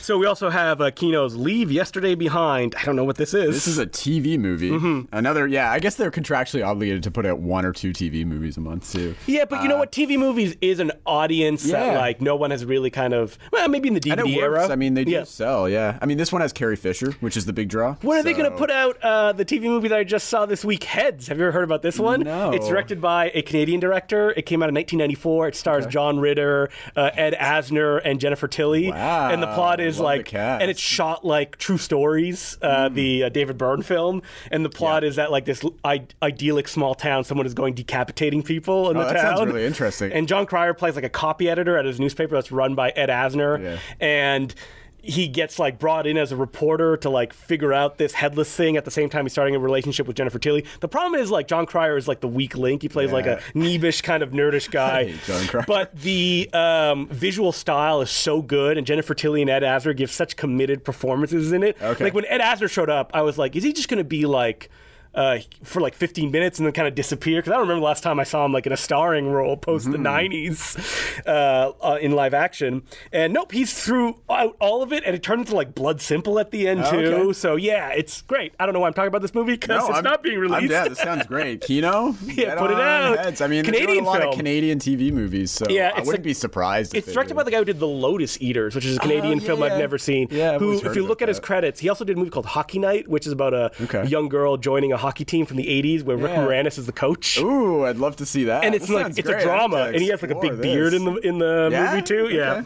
So we also have uh, Kino's Leave Yesterday Behind. I don't know what this is. This is a TV movie. Mm-hmm. Another, yeah. I guess they're contractually obligated to put out one or two TV movies a month too. yeah, but you know what? TV movies is an audience that uh, Yeah. like no one has really kind of well, maybe in the DVD And it works. era. I mean, they do Yeah. sell. Yeah. I mean, this one has Carrie Fisher, which is the big draw. When are they going to so- put out uh, the TV movie that I just saw this week, Heads? Have you ever heard about this one? No. It's directed by a Canadian director. It came out in 1994. It stars John Ritter, uh, Ed Asner, and Jennifer Tilly. Wow. And the plot is Love the like, cast. Hmm. and it's shot like True Stories, uh, the uh, David Byrne film. And the plot is that like this I- idyllic small town, someone is going decapitating people in Oh, the that town. sounds really interesting. And John Cryer plays like a copy editor at his newspaper that's run by Ed Asner. Yeah. And he gets like brought in as a reporter to like figure out this headless thing at the same time he's starting a relationship with Jennifer Tilly. The problem is like John Cryer is like the weak link. He plays like a neebish kind of nerdish guy. hate John Cryer. But the um, visual style is so good and Jennifer Tilly and Ed Asner give such committed performances in it. Okay. Like when Ed Asner showed up, I was like, is he just going to be like uh, for like 15 minutes and then kind of disappear? Because I don't remember the last time I saw him like in a starring role post Mm-hmm. the 90s uh, uh, in live action. And nope, he's throughout all of it, and it turned into like Blood Simple at the end Oh, too. okay. So yeah, it's great. I don't know why I'm talking about this movie because it's I'm- not being I'm- released. yeah, this sounds great. Kino, yeah, put it out. I mean, they're doing Canadian a lot film. of Canadian TV movies, so Yeah, I it's wouldn't like- be surprised. if It's they directed did. by the guy who did The Lotus Eaters, which is a Canadian Uh-huh, yeah, film I've yeah. never seen. Yeah, I've who, always if heard you look about at his that. credits, he also did a movie called Hockey Night, which is about a Okay. young girl joining a hockey team from the 80s where Rick Yeah. Moranis is the coach. Ooh, I'd love to see that. And it's That like sounds it's great. a I'd have drama, to and he has like a big explore beard this. in the in the Yeah? movie too. Yeah.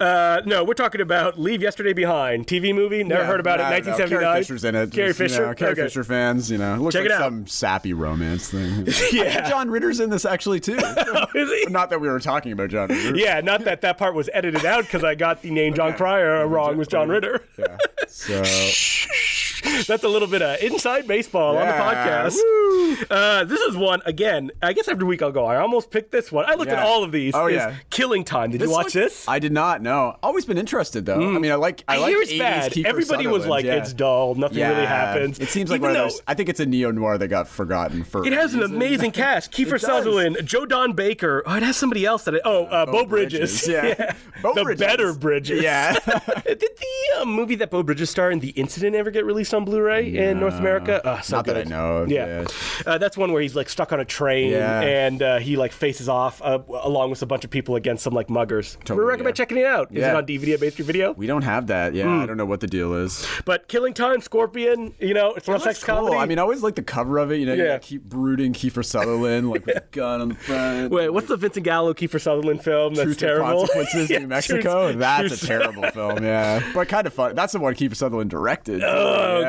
Uh, no, we're talking about Leave Yesterday Behind, TV movie. Never Yeah, heard about I it. don't know. 1979. Carrie Fisher's in it. Carrie Just, you Fisher. know, Carrie Okay. Fisher fans, you know, it looks Check like it out. some sappy romance thing. I think Yeah. John Ritter's in this actually too. Is he? Not that we were talking about John Ritter. Yeah, not that that part was edited out because I got the name John Cryer wrong with John Ritter. Yeah. So That's a little bit of inside baseball Yeah, on the podcast. Uh, this is one again. I guess after week I'll go. I almost picked this one. I looked at Yeah. all of these. Oh, It's yeah. Killing Time. Did you watch looked- this? I did not know. Always been interested though. I mean, I like I, like hear it's 80s bad. Kiefer Everybody was Sutherland, like, yeah. "It's dull. Nothing really happens." It seems like Even one of though those. I think it's a neo noir that got forgotten for. It has an amazing cast: Kiefer does. Sutherland, Joe Don Baker. Oh, it has somebody else that. I, oh, uh, Bo, Bridges. Yeah. Bo the Bridges. better Bridges. Yeah. Did the uh, movie that Bo Bridges starred in, The Incident, ever get released on Blu-ray in North America? Uh, so Not that I good. know of, Yeah, yeah. Uh, that's one where he's like stuck on a train Yeah. and uh, he like faces off uh, along with a bunch of people against some like muggers. we recommend yeah. checking it out. Is it Yeah. on DVD at Bay Street Video? We don't have that. Yeah, Hmm. I don't know what the deal is. But Killing Time, Scorpion, you know, it's a sex Looks cool. comedy. I mean, I always like the cover of it. You know, Yeah. you keep brooding Kiefer Sutherland like with a gun on the front. Wait, what's the Vincent Gallo Kiefer Sutherland film that's Truth and terrible? Consequences, Yeah, New Mexico. Truth- That's Truth- a terrible film. Yeah, but kind of fun. That's the one Kiefer Sutherland directed. Oh Yeah.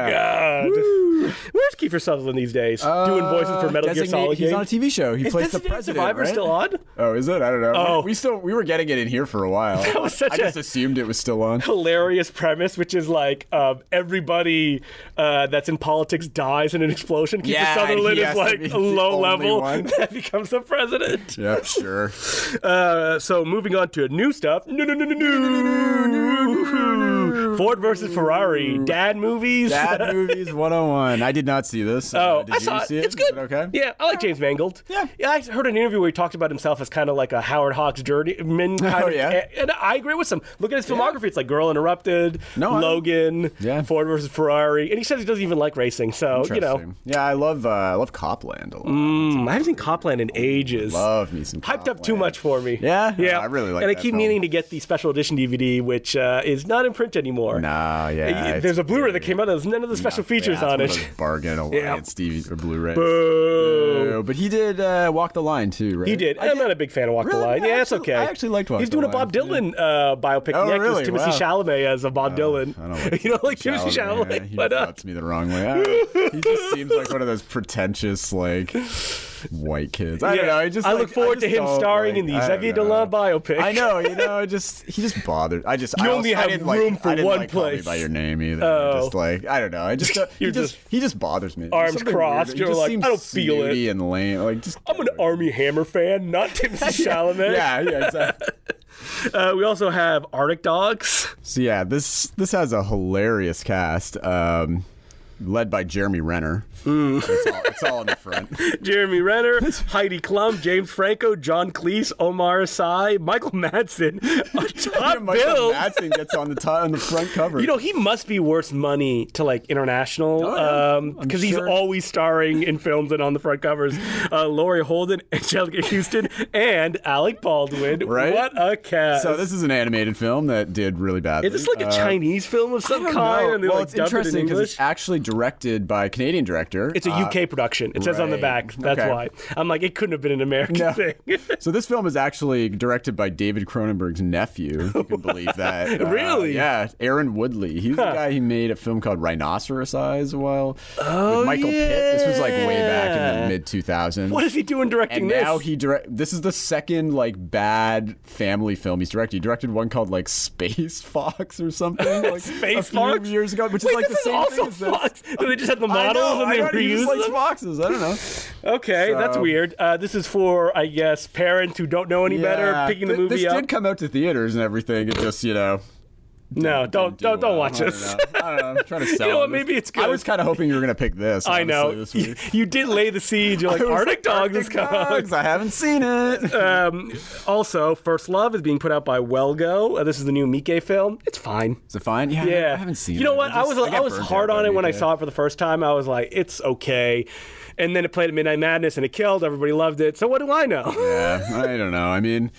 God! Where's Kiefer Sutherland these days? Doing voices for Metal Gear Uh, Designate- Solid He's games. on a TV show. He Is plays the Designated president. Survivor right? still on? Oh, is it? I don't know. Oh. we still we were getting it in here for a while. that was such I a- just assumed it was still on. hilarious premise, which is like um, everybody uh, that's in politics dies in an explosion. Kiefer Yeah, and Sutherland he is has to like be a the low only level one. that becomes the president. Yep, sure. Uh, so moving on to new stuff. No, no, no, no, no. Ford versus Ferrari, dad movies. Bad movies 101. I did not see this. Uh, Oh, did I you saw it. see it? It's good. Is it okay. Yeah, I like James Mangold. Yeah. I heard an interview where he talked about himself as kind of like a Howard Hawks journeyman. Kind Oh, of, yeah. And I agree with him. Look at his filmography. It's like Girl Interrupted, No, I- Logan, Yeah. Ford versus Ferrari, and he says he doesn't even like racing. So you know, Interesting. Yeah, I love uh, I love Copland a lot. Mm, I haven't seen Copland in ages. Love me some Hyped up too Copland. much for me. Yeah? yeah. Oh, I really like And I that keep film. meaning to get the special edition DVD, which uh, is not in print anymore. Nah, yeah. Uh, it's There's a Blu-ray that weird. came out. that has none of the special features yeah, it's on one of it. those Bargain alliance DVD or Blu-ray. Boo. Uh, But he did uh, Walk the Line too, right? He did. I I'm not a big fan of Walk the Really? Line. I Yeah, that's actually- okay. I actually liked Walk He's the doing a Line, Bob Dylan uh, biopic Oh, next. really? It's Timothy Wow. Oh, Chalamet as a Bob Dylan. I don't like you don't like Timothy Chalamet, Chalamet, yeah, He but uh, rubs me the wrong way. I don't know. he just seems like one of those pretentious, like white kids. I yeah, don't know. He just, I like, look forward just to him don't, starring like- in the I don't Xavier know. Dolan biopic. I know, you know, just he just bothered. I just You I only also, I have didn't room like, for I didn't one like Call Me place. by your name either. Oh. I just like I don't know. I just don't- You're he just, just- he just bothers me. There's Arms something crossed, weird. He you're just like, seems I don't feel it. snooty and lame. Like just I'm an Army Hammer fan, not Timothy Chalamet. Yeah, yeah, exactly. Uh, we also have Arctic Dogs. So yeah, this this has a hilarious cast. Um, led by Jeremy Renner. Mm. It's, all, it's all in the front. Jeremy Renner, Heidi Klum, James Franco, John Cleese, Omar Sy, Michael Madsen, a top Michael bill. Madsen gets on the t- on the front cover. You know, he must be worth money to like international because Oh, yeah. I'm he's sure. always starring in films and on the front covers. Uh, Laurie Holden, Angelica Houston, and Alec Baldwin. Right? What a cast. so this is an animated film that did really badly. is this like a Uh, Chinese film of some I don't kind? know. And they well, like it's dubbed it in interesting because English? it's actually directed by a Canadian director. It's a UK production. It says on the right. back. That's Okay. why. I'm like, it couldn't have been an American No. thing. so this film is actually directed by David Cronenberg's nephew. If you can believe that. Uh, Really? yeah, Aaron Woodley. He's the Huh. guy who made a film called Rhinoceros Eyes a while. Oh, with Michael Pitt. This was like way back in yeah. the mid 2000s. What is he doing directing and this? now he direct. This is the second like bad family film he's directed. He directed one called like Space Fox or something. Like, a Space few Fox years ago, which Wait, is like this the same is thing also as this. Fox. Do they just have the I models know, and they I know, he reuse just likes them? foxes. I don't know. Okay, that's So- weird. Uh, this is for, I guess, parents who don't know any better Yeah, picking the th- movie This up. did come out to theaters and everything. It just you know. no, don't do don't, don't well. watch I this. don't know. I don't know. I'm trying to sell. know what, on this. maybe it's I good. was kind of hoping you were gonna pick this. I know. honestly, This week. You did lay the seed. You're like, I was Arctic like, Dogs is Arctic coming. Dogs, I haven't seen it. Um, also, First Love is being put out by Welgo. Uh, this is the new Mike film. It's fine. Is it fine? Yeah, I- Yeah, I haven't seen it. You know what? I was just- got I was burned hard out by on it when I BK. saw it for the first time. I was like, it's okay, and then it played at Midnight Madness and it killed. Everybody loved it. So what do I know? Yeah, I don't know. I mean,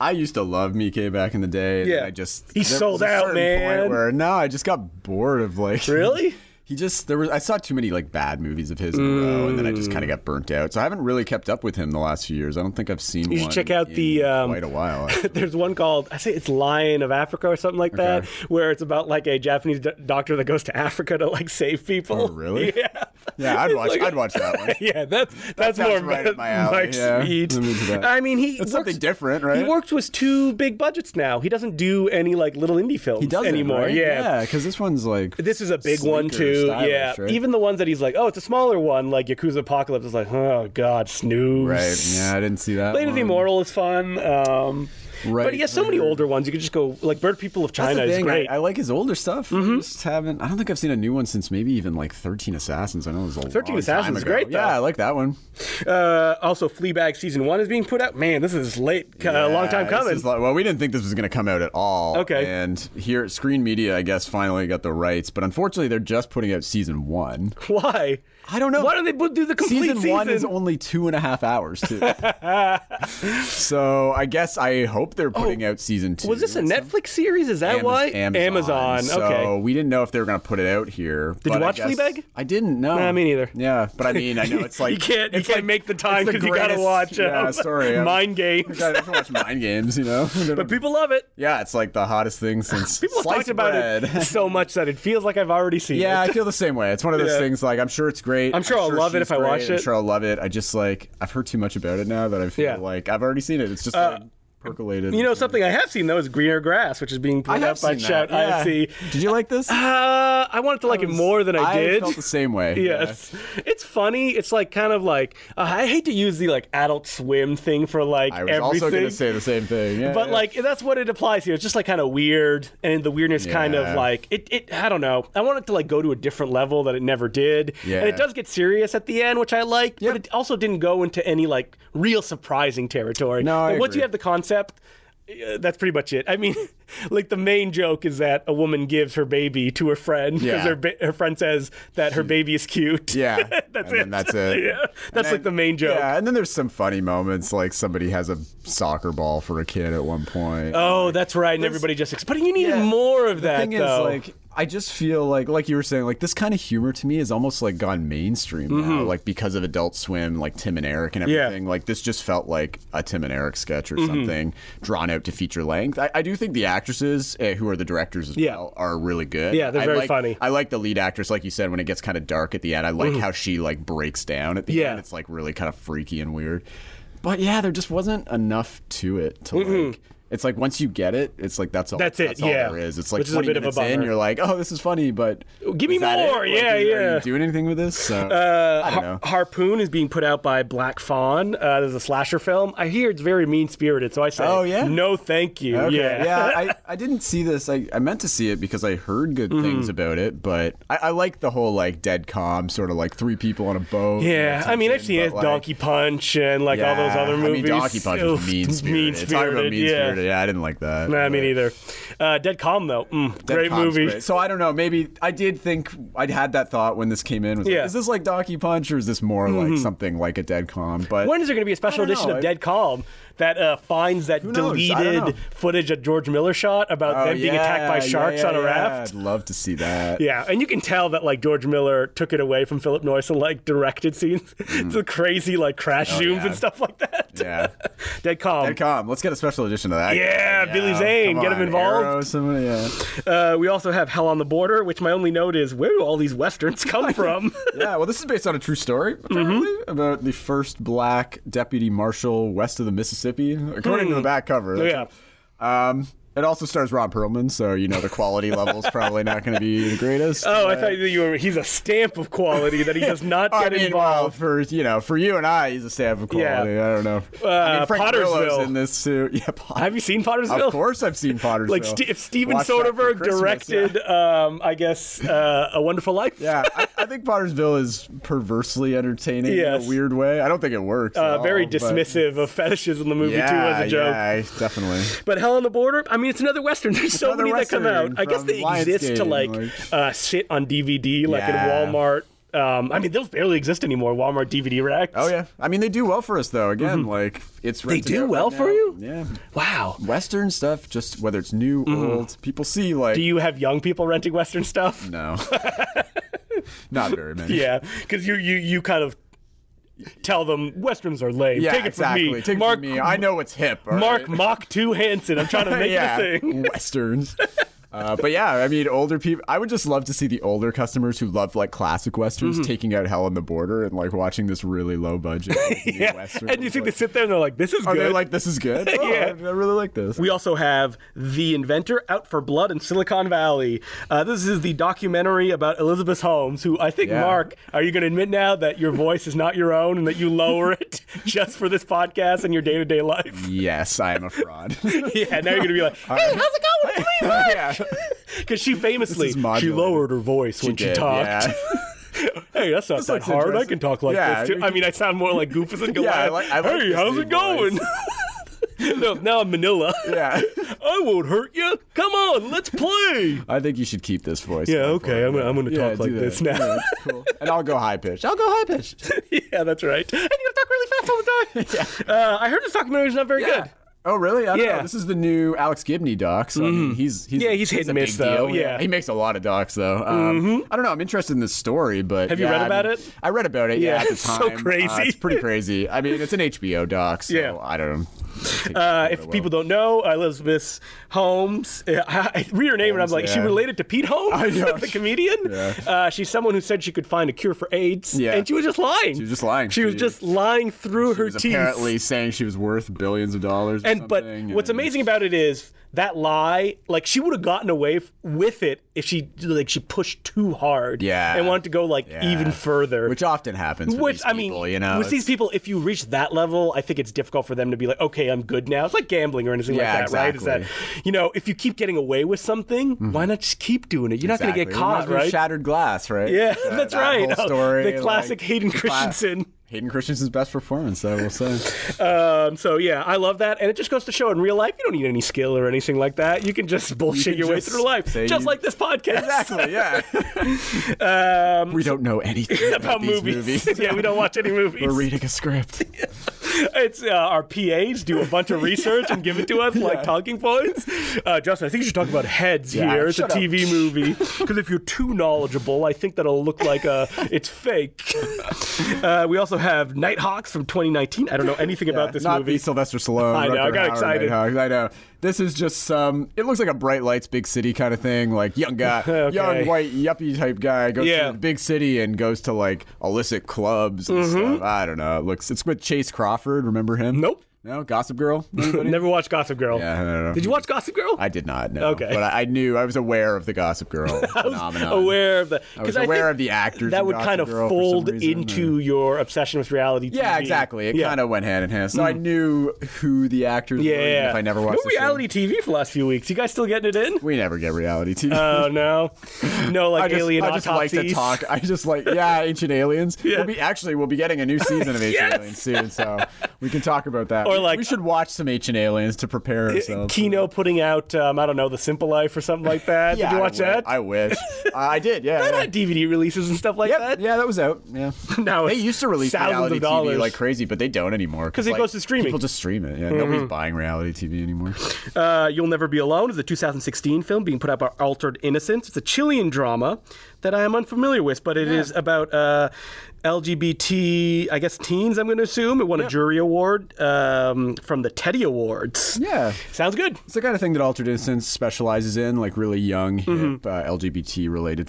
I used to love Mike back in the day. And Yeah. I just He there sold was a out, certain man. Point where no, I just got bored of like Really? He just there was I saw too many like bad movies of his in a row, and then I just Mm. kind of got burnt out. So I haven't really kept up with him the last few years. I don't think I've seen. You should one check out in the, um, quite a while. There's one called I say it's Lion of Africa or something like that, where it's about like a Japanese do- doctor that goes to Africa to like save people. Oh, really? Yeah. yeah, I'd It's watch. like- I'd watch that one. Yeah, that's that's sounds more right up my alley, Mike's yeah. speed. I'm into that. I mean, he That's works, something different, right? He works with two big budgets now. He doesn't do any like little indie films He does anymore. Right? Yeah. because this one's like This is a big one sleeker, too. stylish, yeah. right? Even the ones that he's like, oh, it's a smaller one, like Yakuza Apocalypse is like, oh god, snooze. right. Yeah, I didn't see that. Blade of the one. Immortal is fun. Um, Right, But he has so many right. older ones. You could just go like Bird People of That's China the is thing. great. Mm-hmm. I, I like his older stuff. I just haven't. I don't think I've seen a new one since maybe even like Thirteen Assassins. I know it was a 13 long Assassins time is ago. great, Yeah, though. I like that one. uh, also, Fleabag season one is being put out. Man, this is late, uh, long time Yeah, this coming. is like- well, we didn't think this was going to come out at all. Okay. And here, Screen Media, I guess, finally got the rights, but unfortunately, they're just putting out season one. Why? I don't know. Why don't they bu- do the complete Season, season? one is only two and a half hours too. so I guess I hope they're putting out season two. Oh, was this a It's Netflix series? Is that Amaz- why? Amazon. Amazon, Okay. So we didn't know if they were going to put it out here. Did you watch Fleabag? I didn't. know. Nah, me neither. Yeah, but I mean, I know it's like you can't. You it's can't like- make the it's time because you gotta greatest- watch. Um, Yeah, sorry. I'm- Mind I games. gotta watch Mind Games. You know, But people love it. yeah, it's like the hottest thing since People have sliced talked about bread. it so much that it feels like I've already seen Yeah, it. I feel the same way. It's one of those Yeah. things like I'm sure it's great. I'm sure I'll love it she's if I watch great. it. I'm sure I'll love it. I just like I've heard too much about it now that I feel Yeah. Uh, like I've already seen it. It's just like, percolated. You know, something I have seen though is Greener Grass, which is being I put have out by seen that. Shout yeah. IFC. Did you like this? Uh, I wanted to like it more than I, did. felt the same way. Yes, it's funny. It's like kind of like uh, I hate to use the like Adult Swim thing for like I was everything, also gonna say the same thing. Yeah, but yeah. like that's what it applies here. It's just like kind of weird, and the weirdness kind of Yeah. like it, it. I don't know. I want it to like go to a different level that it never did. Yeah. and it does get serious at the end, which I like. Yep. But it also didn't go into any like real surprising territory. No, I Like, once you agree. have the concept. uh, That's pretty much it. I mean, like the main joke is that a woman gives her baby to her friend because Yeah. her, ba- her friend says that her baby is cute. yeah, that's and it. Then that's it. yeah, that's And like then- the main joke. Yeah, and then there's some funny moments, like somebody has a soccer ball for a kid at one point. Oh, that's right. And everybody just, ex- but you needed Yeah. more of the that. thing though. is like i just feel like like you were saying like this kind of humor to me is almost like gone mainstream now like because of adult swim like tim and eric and Mm-hmm. Yeah. Mm-hmm. everything like this just felt like a tim and eric sketch or something drawn out to feature length i, I do think the actresses uh, who are the directors as Yeah. well are really good Yeah, they're I very like- funny. Mm-hmm. i like the lead actress like you said when it gets kind of dark at the end i like how she like breaks down at the Yeah. end it's Mm-hmm. like really kind of freaky and weird but yeah there just wasn't enough to it to like It's like once you get it, it's like that's all. That's it, all yeah. there is. It's like Which is a twenty bit of a minutes in, bummer. you're like, oh, this is funny, but Give me is that it? more, Like, yeah, are you- Are yeah. Uh, you doing anything with this? So, I don't know. Harpoon is being put out by Black Fawn. Uh, there's a slasher film. I hear it's very mean spirited, so I say, Oh, yeah? no, thank you. Okay, Yeah, I, I didn't see this. I, I meant to see it because I heard good Mm-hmm. things about it, but I, I like the whole like dead calm sort of like three people on a boat. Yeah, I mean, I've something, seen it, but, like, Donkey Punch and like all those yeah, other I mean, movies. Donkey Punch Oof, was mean mean spirited. Talking about spirited, mean yeah. spirited. Yeah, I didn't like that. Nah, me but- neither. Uh, Dead Calm though, mm, Dead great Calm's movie. great. So I don't know. Maybe I did think I had that thought when this came in. Was Yeah. Mm-hmm. like, is this like Donkey Punch or is this more like something like a dead calm? But When is there going to be a special I don't edition know. of Dead Calm that uh, finds that knows? I don't deleted know. footage of George Miller shot about Oh, them being attacked by yeah, yeah, sharks yeah, on a yeah. raft? I'd love to see that. Yeah, and you can tell that like George Miller took it away from Philip Noyce and like directed scenes to crazy like crash zooms Mm-hmm. Oh, yeah. and stuff like that. Yeah. Dead Calm. Dead calm. Let's get a special edition of that. Yeah, Billy Zane, come get him on, involved. Arrow, someone- yeah. Uh, we also have Hell on the Border, which my only note is where do all these westerns come from? yeah, well, this is based on a true story, Mm-hmm. apparently, about the first black deputy marshal west of the Mississippi, according to the back cover. Hmm. yeah. Um, it also stars Ron Perlman, so you know the quality level's probably not going to be the greatest. Oh, I thought that you were. He's a stamp of quality that he does not I get mean, well, involved. for you know, for you and I, he's a stamp of quality. Yeah. I don't know. Uh, I mean, Frank Grillo's Pottersville. in this too. Yeah, Pot- Have you seen Pottersville? of course I've seen Pottersville. Like Ste if Steven Watched that for Soderbergh Christmas, directed, um, I guess, uh, A Wonderful Life. Yeah, I, I think Pottersville is perversely entertaining in Yes. a weird way. I don't think it works. at Uh, all, very Oh, but- dismissive of fetishes in the movie Yeah, too, as a joke. yeah, definitely. But Hell on the Border, I mean, it's another western. There's so another many that come western out. I guess from they exist to Lionsgate, like, like- uh, sit on DVD, like Yeah. in Walmart. Um, I mean, those barely exist anymore. Walmart DVD racks. Oh yeah, I mean they do well for us though. Again, like it's rented Mm-hmm. do out right well for now. you? Yeah, Wow. Western stuff, just whether it's new, old, people see like Mm-hmm. Do you have young people renting western stuff? no, not very many. Yeah, because you you you kind of tell them westerns are lame. Yeah, Take it exactly. from me, Take Mark. it from me. I know it's hip. all Mark right? Mach Two Hansen. I'm trying to make yeah, the thing. westerns. Uh, but yeah, I mean, older people. I would just love to see the older customers who love like classic westerns Mm-hmm. taking out Hell on the Border and like watching this really low budget new Yeah, western. and you It's think like, they sit there and they're like, "This is are good." they like this is good? Oh, Yeah. I, I really like this. We also have The Inventor Out for Blood in Silicon Valley. Uh, this is the documentary about Elizabeth Holmes, who I think, Yeah. Mark, are you going to admit now that your voice is not your own and that you lower it just for this podcast and your day to day life? yes, I am a fraud. Yeah, now you're going to be like, hey, how's it going? It's me, Mark." yeah. Because she famously This she is modulated. lowered her voice when she did, talked. yeah. Hey, that's not that looks hard. I interesting. can talk like Yeah, this too. you I mean, I sound more like Goofus and Goliath. Yeah, I like- I like hey, this how's new it going? no, now I'm Manila. Yeah. I won't hurt you. Come on, let's play. I think you should keep this voice. Yeah, going okay, forward. I'm gonna- I'm gonna Yeah, talk like do that. this now. Yeah, cool. And I'll go high pitched. I'll go high pitched. yeah, that's right. And you gotta talk really fast all the time. uh, I heard this documentary's not very good. Oh really? I don't Yeah. Mm-hmm. know. This is the new Alex Gibney doc. So I mean, he's, he's Yeah, he's hit and a miss, big though, deal. yeah. Mm-hmm. he makes a lot of docs though. Um, I don't know. I'm interested in this story, but Have you yeah, read I about mean, it? I read about it. Yeah, Yeah, at the it's so time. Uh, crazy. it's pretty crazy. I mean, it's an HBO doc. So Yeah. I don't. Uh, know. Oh, if people don't know, Elizabeth Holmes, uh, I I read her name and I'm Holmes, like, is she yeah. related to Pete Holmes, I know. the comedian? Yeah. Uh, she's someone who said she could find a cure for AIDS, Yeah. and she was just lying. She was just lying. She was She- just lying through her She was teeth. apparently saying she was worth billions of dollars. or and but something, what's and- amazing about it is that lie like she would have gotten away f- with it if she like she pushed too hard Yeah. and wanted to go like Yeah. even further which often happens. With Which, these I mean, people, you know, with it's- these people, if you reach that level, I think it's difficult for them to be like, okay, I'm good now. It's like gambling or anything Yeah, like that, right? Is that you know, if you keep getting away with something, why not just keep doing it? You're not going to get Mm-hmm. Exactly. It reminds caught, me of right? Shattered glass, right? yeah, That- that's that right. whole Oh, story, the classic like, Hayden the cla- Christensen. Hayden Christensen's best performance, I will say. Um, so yeah, I love that, and it just goes to show in real life, you don't need any skill or anything like that. You can just bullshit can your just way through life, say just you- like this podcast. exactly. Yeah. um, we don't know anything about, About these movies. yeah, we don't watch any movies. We're reading a script. It's uh, our PAs do a bunch of research and give it to us like talking points. Uh, Justin, I think you should talk about heads Yeah, here. It's a shut up. TV movie because if you're too knowledgeable, I think that'll look like uh, it's fake. Uh, we also have Nighthawks from 2019. I don't know anything about this Not movie. the Sylvester Stallone. I know, I Rucker got Hauer, excited. Nighthawks, I know. This is just some. It looks like a bright lights, big city kind of thing. Like young guy, Okay. young white yuppie type guy goes Yeah. to the big city and goes to like illicit clubs and stuff. I don't know. It looks. It's with Chase Crawford. Remember him? Mm-hmm. Nope. No, Gossip Girl. Anybody? Never watched Gossip Girl. e- Yeah, I don't know. Did you watch Gossip Girl? I did not. No. Okay. But I, I knew. I was aware of the Gossip Girl phenomenon. aware of the I was 'cause aware think of the actors that in would Gossip kind of Girl for some fold reason, into your obsession with reality. Yeah, TV. exactly. It Yeah. Mm. kind of went hand in hand. So I knew who the actors yeah. were. even If I never watched no the show. reality TV for the last few weeks. You guys still getting it in? we never get reality TV. Oh no, no like I just, alien I just like autopsies. to talk. I just like, yeah, Ancient Aliens. Yeah. We'll be actually we'll be getting a new season of Ancient Yes! Aliens soon, so we can talk about that. Or We- like- we should watch some Ancient Aliens to prepare ourselves. Uh, Kino putting out, um, I don't know, The Simple Life or something like that. Yeah, Did you watch I wi- that? I wish I did. Yeah, That yeah. had DVD releases and stuff like Yep, that. yeah, that was out. Yeah, Now they it's used to release thousands reality of dollars. TV like crazy, but they don't anymore 'Cause it like, goes to streaming. Mm-hmm. People just stream it. Yeah, nobody's buying reality TV anymore. Uh, You'll Never Be Alone is a 2016 film being put out by Altered Innocence. It's a Chilean drama that I am unfamiliar with, but it is about uh, LGBT, I guess, teens, I'm going to assume. It won a jury award um, from the Teddy Awards. Yeah. Sounds good. It's the kind of thing that Altered Innocence specializes in, like really young, hip, Mm-hmm. uh, LGBT-related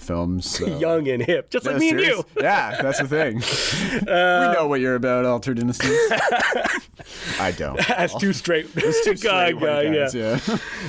films. so- Young and hip, just like me and Oh. serious? you. Uh, Yeah, that's the thing. we know what you're about, Altered Innocence. I don't. That's too straight. It's Two straight white guys, yeah.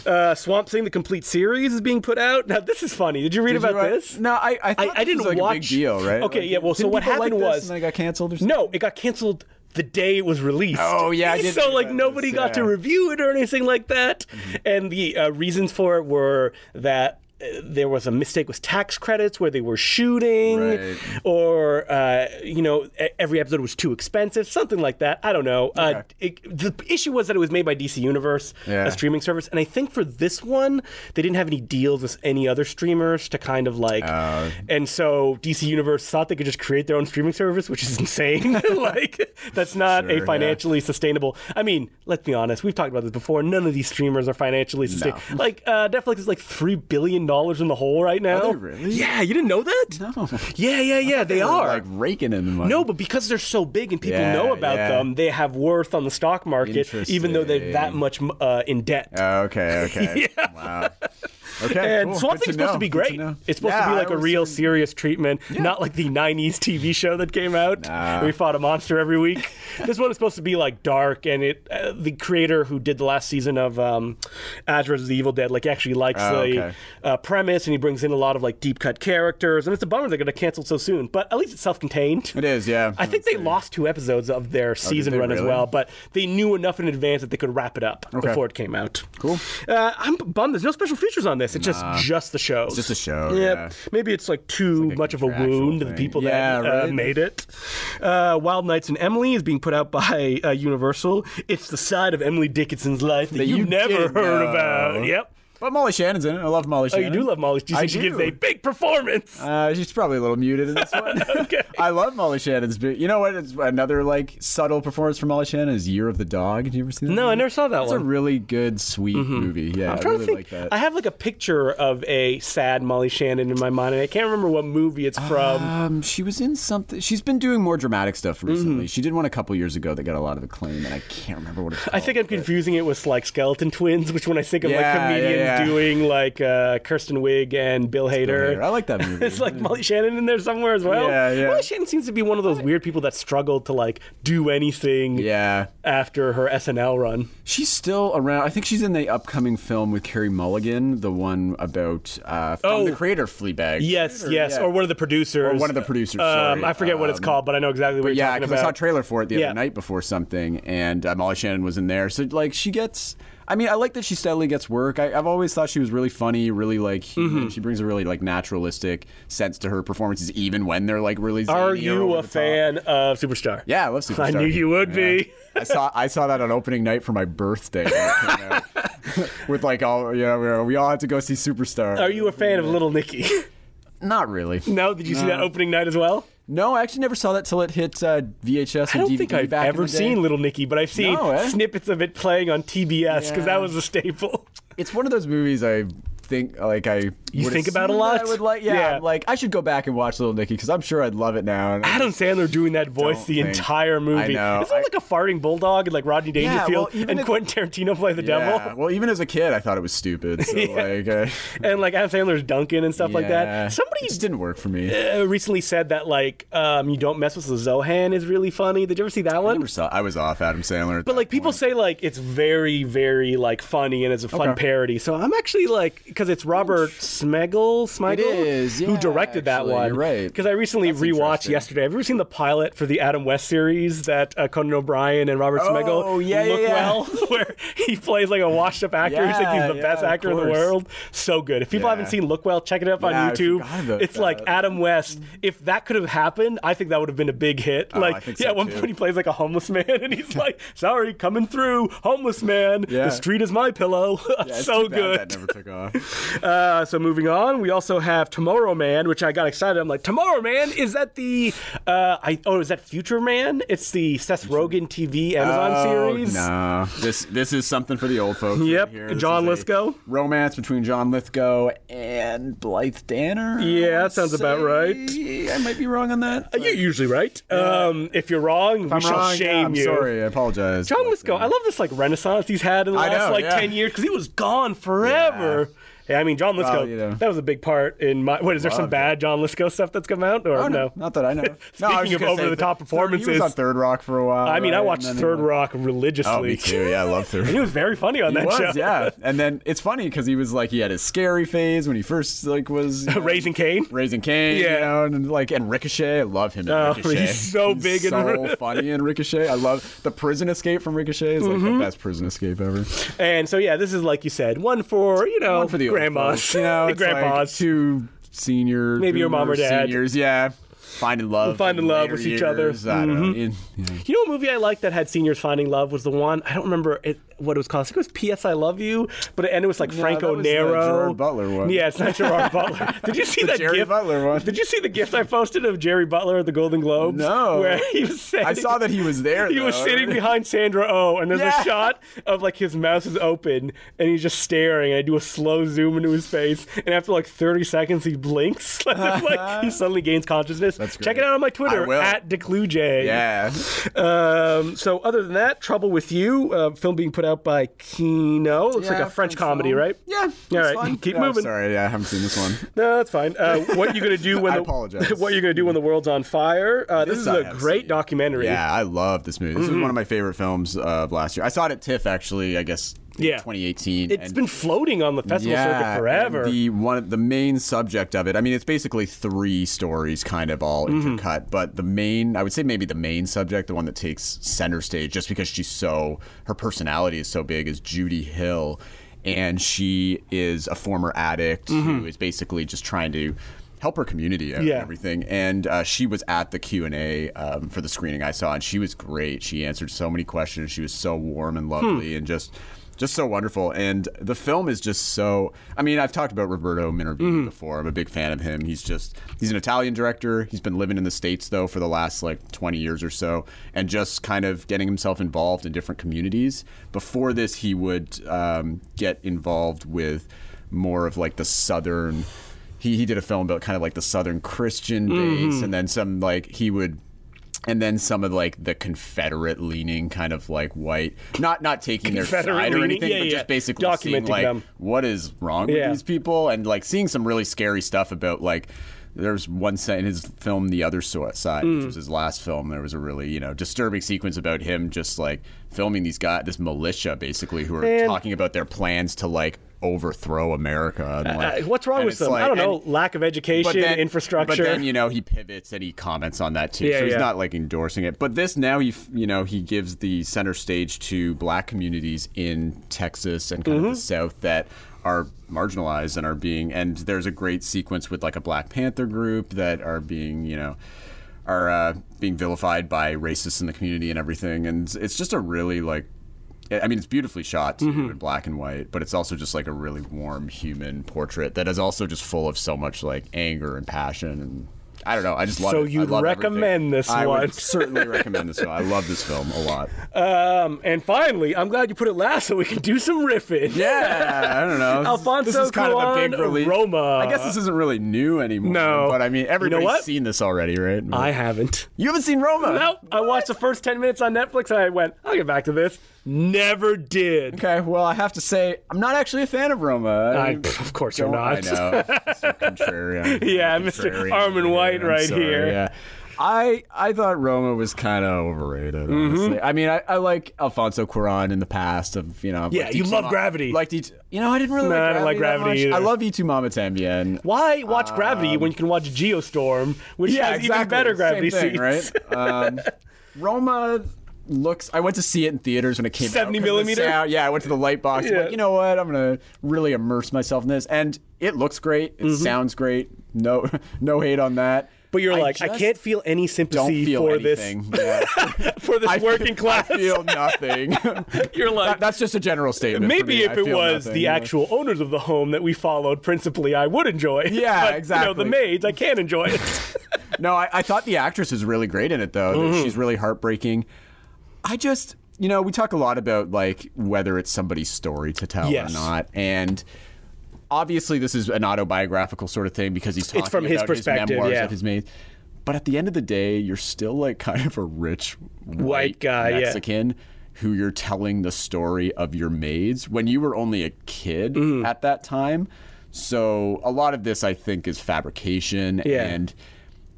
Uh, Swamp Thing, the complete series, is being put out. Now, this is funny. Did you read Did about you, uh, this? No, I I, thought I this didn't was, like, a big watch- deal, right? Okay, Like, yeah, well, so didn't what people like happened this was- and then it got canceled or something. No, it got canceled the day it was released. Oh, yeah, I did so hear like about nobody this, got to yeah. review it or anything like that. Mm-hmm. And the uh, reasons for it were that uh, there was a mistake with tax credits where they were shooting Right. or uh, you know e- every episode was too expensive something like that i don't know uh, it, the issue was that it was made by dc universe Yeah. a streaming service and i think for this one they didn't have any deals with any other streamers to kind of like Uh. and so dc universe thought they could just create their own streaming service which is insane like that's not Sure, a yeah. financially sustainable i mean let's be honest we've talked about this before none of these streamers are financially sustainable like uh, netflix is like $3 billion in the hole right now they really? yeah you didn't know that No. yeah, yeah, yeah. They are. like raking in the money. no, but because they're so big and people Yeah, know about yeah. them, they have worth on the stock market, even though they're that much uh, in debt. Oh, Okay. Okay. Wow. Okay. and cool. Swamp Good Thing's supposed know. to be Good great. know. it's supposed Yeah, to be I like a always real heard- serious treatment, not like the 90s TV show that came out where we fought a monster every week. this one is supposed to be like dark, and it uh, the creator who did the last season of um, Ash vs. Evil Dead like actually likes Oh, the okay. uh, premise, and he brings in a lot of like deep cut characters, and it's a bummer they're going to cancel so soon, but at least it's self contained. It is. Yeah. I think they lost two episodes of their season they run as really? well, but they knew enough in advance that they could wrap it up before it came out. Cool. Uh, I'm bummed. There's no special features on this. It's just just the show. just a show, yeah. Maybe it's like too much of a contractual wound to the thing. people Yeah, that uh, right. made it. Uh, Wild Nights and Emily is being put out by uh, Universal. It's the side of Emily Dickinson's life that, That you you never didn't heard know. about. Yep. But Molly Shannon's in it. I love Molly Oh, Shannon. you do love Molly. You I think she gives do. a big performance. Uh, she's probably a little muted in this one. Okay. I love Molly Shannon's. But you know what? It's another like subtle performance from Molly Shannon is Year of the Dog. Did you ever see that? no, I never saw that It's a one. Mm-hmm. really good, sweet movie. Yeah, i I'm trying really to like think. that. I have like a picture of a sad Molly Shannon in my mind, and I can't remember what movie it's from. um, she was in something. She's been doing more dramatic stuff Mm-hmm. recently. She did one a couple years ago that got a lot of acclaim, and I can't remember what it's called. I think I'm confusing it with like Skeleton Twins, which when I think of like Yeah, yeah, comedians yeah. doing like uh, Kirsten Wig and Bill Hader, I like that movie. it's like Molly Shannon in there somewhere as well. Oh. Yeah, yeah. Molly Shannon seems to be one of those weird people that struggled to like do anything yeah, after her SNL run. she's still around. I think she's in the upcoming film with Carrie Mulligan, the one about uh, from Oh. the creator of Fleabag. Yes, Creator, yes, yeah. or one of the producers. Or one of the producers, Um, sorry. I forget what it's Um, called, but I know exactly what you're yeah, talking I about. saw a trailer for it the Yeah. other night before something, and uh, Molly Shannon was in there. So like, she gets. I mean, I like that she steadily gets work. I, I've always thought she was really funny, really like human. Mm-hmm. She brings a really like naturalistic sense to her performances, even when they're like really. zany Are or you over a the top. fan of Superstar? Yeah, I love Superstar. I knew you would be. I saw I saw that on opening night for my birthday. when it came out. With like all, you know, we were- we all had to go see Superstar. Are you a fan of Little Nicky? Not really. no, did you see that opening night as well? No, I actually never saw that till it hit uh, VHS I and don't DVD think I've back in ever the day. seen Little Nicky, but I've seen No, eh? snippets of it playing on TBS because Yeah. that was a staple. It's one of those movies I think like I You would think about a assume that lot? I would like yeah, Yeah. Ah, I'm like I should go back and watch Little Nicky because I'm sure I'd love it now. And I- Adam Sandler doing that voice Don't the think- entire movie. I know. Isn't it like a farting bulldog and like Rodney Yeah, well, Dangerfield even and if- Quentin Tarantino play the yeah. devil? Well, even as a kid, I thought it was stupid. So like, I, And like Adam Sandler's Duncan and stuff like yeah, that. it Somebody just didn't work for me. uh, recently said that like um, you don't mess with the Zohan is really funny. Did you ever see that I one? never saw. I was off Adam Sandler. at But that like people point. say like it's very very like funny and it's a fun Okay. parody. So I'm actually like because it's Robert Smigel, Smigel is, who yeah, directed that actually, one. you're right. Because I recently That's rewatched interesting. yesterday. Have you ever seen the pilot for the Adam West series that uh, Conan O'Brien and Robert Smigel Oh, yeah, yeah, look yeah. well, where he plays like a washed up actor who's like Yeah, he's the yeah, best of actor in the course. world. So good. If people Yeah. haven't seen Look Well, check it up Yeah, I on forgot YouTube. about It's like that. Adam West. If that could have happened, I think that would have been a big hit. like Oh, think yeah, so, at one too. point he plays like a homeless man and he's like, sorry, coming through, homeless man. Yeah. The street is my pillow. Yeah, it's so too bad good. that never took off. Uh, so moving on, we also have Tomorrow Man, which I got excited. I'm like, Tomorrow Man, is that the, uh, I, oh, is that Future Man? It's the Seth Rogen TV Amazon Oh, series. No, this this is something for the old folks. right Yep, here. This John is a Lithgow. Romance between John Lithgow and Blythe Danner. I Yeah, that wanna sounds about right. say. I might be wrong on that. Uh, You're usually right. Um, if you're wrong, we I'm shall wrong. Yeah, shame I'm you. sorry. I apologize. John Blythe Lithgow, I Danner. love this like renaissance he's had in the I last know, like yeah. ten years because he was gone forever. Yeah. I mean John Lithgow, you know. that was a big part in my. What is there some Loved bad John Lithgow stuff that's come out or Oh, no? Not that I know. no, Speaking I was just of gonna say, over-the-top but Third- He performances- was on Third Rock for a while. I mean, I right? watched And then he Third went- Rock religiously. Oh, me too. Yeah, I love Third and he was very funny on that He was, show. yeah. And then it's funny because he was like he had his scary phase when he first like was you know, Raising Cain. Raising Cain, Yeah. you know, and like and Ricochet. I love him. In Oh, Ricochet. he's so big he's and- so funny in Ricochet. I love the prison escape from Ricochet is like Mm-hmm. the best prison escape ever. And so yeah, this is like you said, one for you know One for the old grandmas, folks, you know, and it's like grandpas. two senior, Maybe your mom or boomers, dad. seniors, yeah, finding love, Finding in love later with each other. Mm-hmm. years. I don't know. In- you know. You know, a movie I liked that had seniors finding love was the one I don't remember it, what it was called. I think it was "P.S. I Love You," but and it was like Franco that was the Nero, Gerard Butler one. Yeah, it's not Gerard Butler. Did you see that Jerry gift? Butler one. Did you see the gift I posted of Jerry Butler at the Golden Globes? No. where he was sitting, I saw that he was there. He was though. sitting behind Sandra Oh, and there's Yeah. a shot of like his mouth is open and he's just staring. And I do a slow zoom into his face, and after like 30 seconds, he blinks. like he suddenly gains consciousness. That's Check it great. out on my I Twitter will. at DeCluJ. Yeah, Um, so other than that, Trouble with You, uh, film being put out by Kino. Looks like a Yeah, French, comedy, film. right? Yeah, All it's right, fun. keep Yeah, I'm moving. Sorry, yeah, I haven't seen this one. No, that's fine. Uh, what you gonna do when I the apologize. what you gonna do when the world's on fire? Uh, this, This is I a have great seen. documentary. Yeah, I love this movie. This Mm-hmm. was one of my favorite films of last year. I saw it at TIFF actually. I guess Yeah. 2018. It's and- been floating on the festival circuit and forever. The one, the main subject of it. I mean, it's basically three stories, kind of all Mm-hmm. intercut. But the main, I would say, maybe the main subject, the one that takes center stage, just because she's so her personality is so big, is Judy Hill, and she is a former addict who is basically just trying to help her community out Mm-hmm. Yeah. and everything. And uh, she was at the Q and A um, for the screening I saw, and she was great. She answered so many questions. She was so warm and lovely, and just just so wonderful. And the film is just so. I mean, I've talked about Roberto Minervini before. I'm a big fan of him. He's just he's an Italian director. He's been living in the states though for the last like 20 years or so, and just kind of getting himself involved in different communities. Before this, he would um, get involved with more of like the southern he, he did a film about kind of like the southern christian Mm-hmm. base and then some like he would and then some of like the confederate leaning kind of like white not not taking their Confederate side or leaning? anything Yeah, but yeah. just basically seeing Documenting like them. what is wrong Yeah. with these people and like seeing some really scary stuff about like there's one set in his film the other So- side Mm. which was his last film there was a really you know disturbing sequence about him just like filming these guy this militia basically who are Man. talking about their plans to like overthrow america and, Uh, like- what's wrong and with it's them? like- I don't know. and- Lack of education, infrastructure. but then you know he pivots and he comments on that too. Yeah, so he's yeah. not like endorsing it. But this now he f- you know he gives the center stage to black communities in Texas and kind Mm-hmm. of the South that are marginalized and are being and there's a great sequence with like a Black Panther group that are being you know are uh, being vilified by racists in the community and everything. And it's just a really like. I mean, it's beautifully shot too, Mm-hmm. in black and white, but it's also just like a really warm human portrait that is also just full of so much like anger and passion and I don't know. I just love So it. I you'd love recommend everything. this I one. would certainly recommend this one. I love this film a lot. Um, and finally, I'm glad you put it last so we can do some riffing. Yeah, I don't know. Alfonso this is kind of a big Cuarón, relief. Roma. I guess this isn't really new anymore. No. but I mean, You know everybody's what? seen this already, right? I haven't. you haven't seen Roma. No, I watched the first 10 minutes on Netflix and I went, I'll get back to this. Never did. Okay, well, I have to say, I'm not actually a fan of Roma. I, of course you're don't- not. I know. Mr. Contrarian. Yeah, Mr. Contrarian Armin over White here. I'm right sorry, here. Yeah. I I thought Roma was kind of overrated. Mm-hmm. Honestly, I mean, I, I like Alfonso Cuarón in the past of you know. Yeah, liked you E2 love Ma- Gravity. Liked E2 You know, I didn't really. No, like I don't like that Gravity much. either. I love E2 Mama Tambien. Why watch Gravity when you can watch Geostorm, which has even better Gravity Um, Same thing, scenes? right? Um, Roma looks. I went to see it in theaters when it came out. 70 'cause of the millimeter? sound. Yeah, I went to the light box. I'm like, Yeah. you know what? I'm gonna really immerse myself in this, and it looks great. It sounds great. No, no hate on that. Mm-hmm. But you're like, I just can't feel any Don't sympathy feel for anything. Yeah. this for this I feel- working class. I feel nothing. You're like, That- that's just a general statement. for maybe me. if I it feel was nothing, the yeah. actual owners of the home that we followed principally, I would enjoy. it. Yeah, but, You know, exactly. the maids, I can't enjoy it. No, I, I thought the actress is really great in it, though. Mm-hmm. that She's really heartbreaking. I just, you know, we talk a lot about like whether it's somebody's story to tell Yes. or not, and obviously this is an autobiographical sort of thing because he's talking from his about perspective, his memoirs yeah. of his maid. But at the end of the day, you're still like kind of a rich white, guy, yeah. Mexican. Who you're telling the story of your maids when you were only a kid Mm-hmm. at that time. So, a lot of this I think is fabrication Yeah. and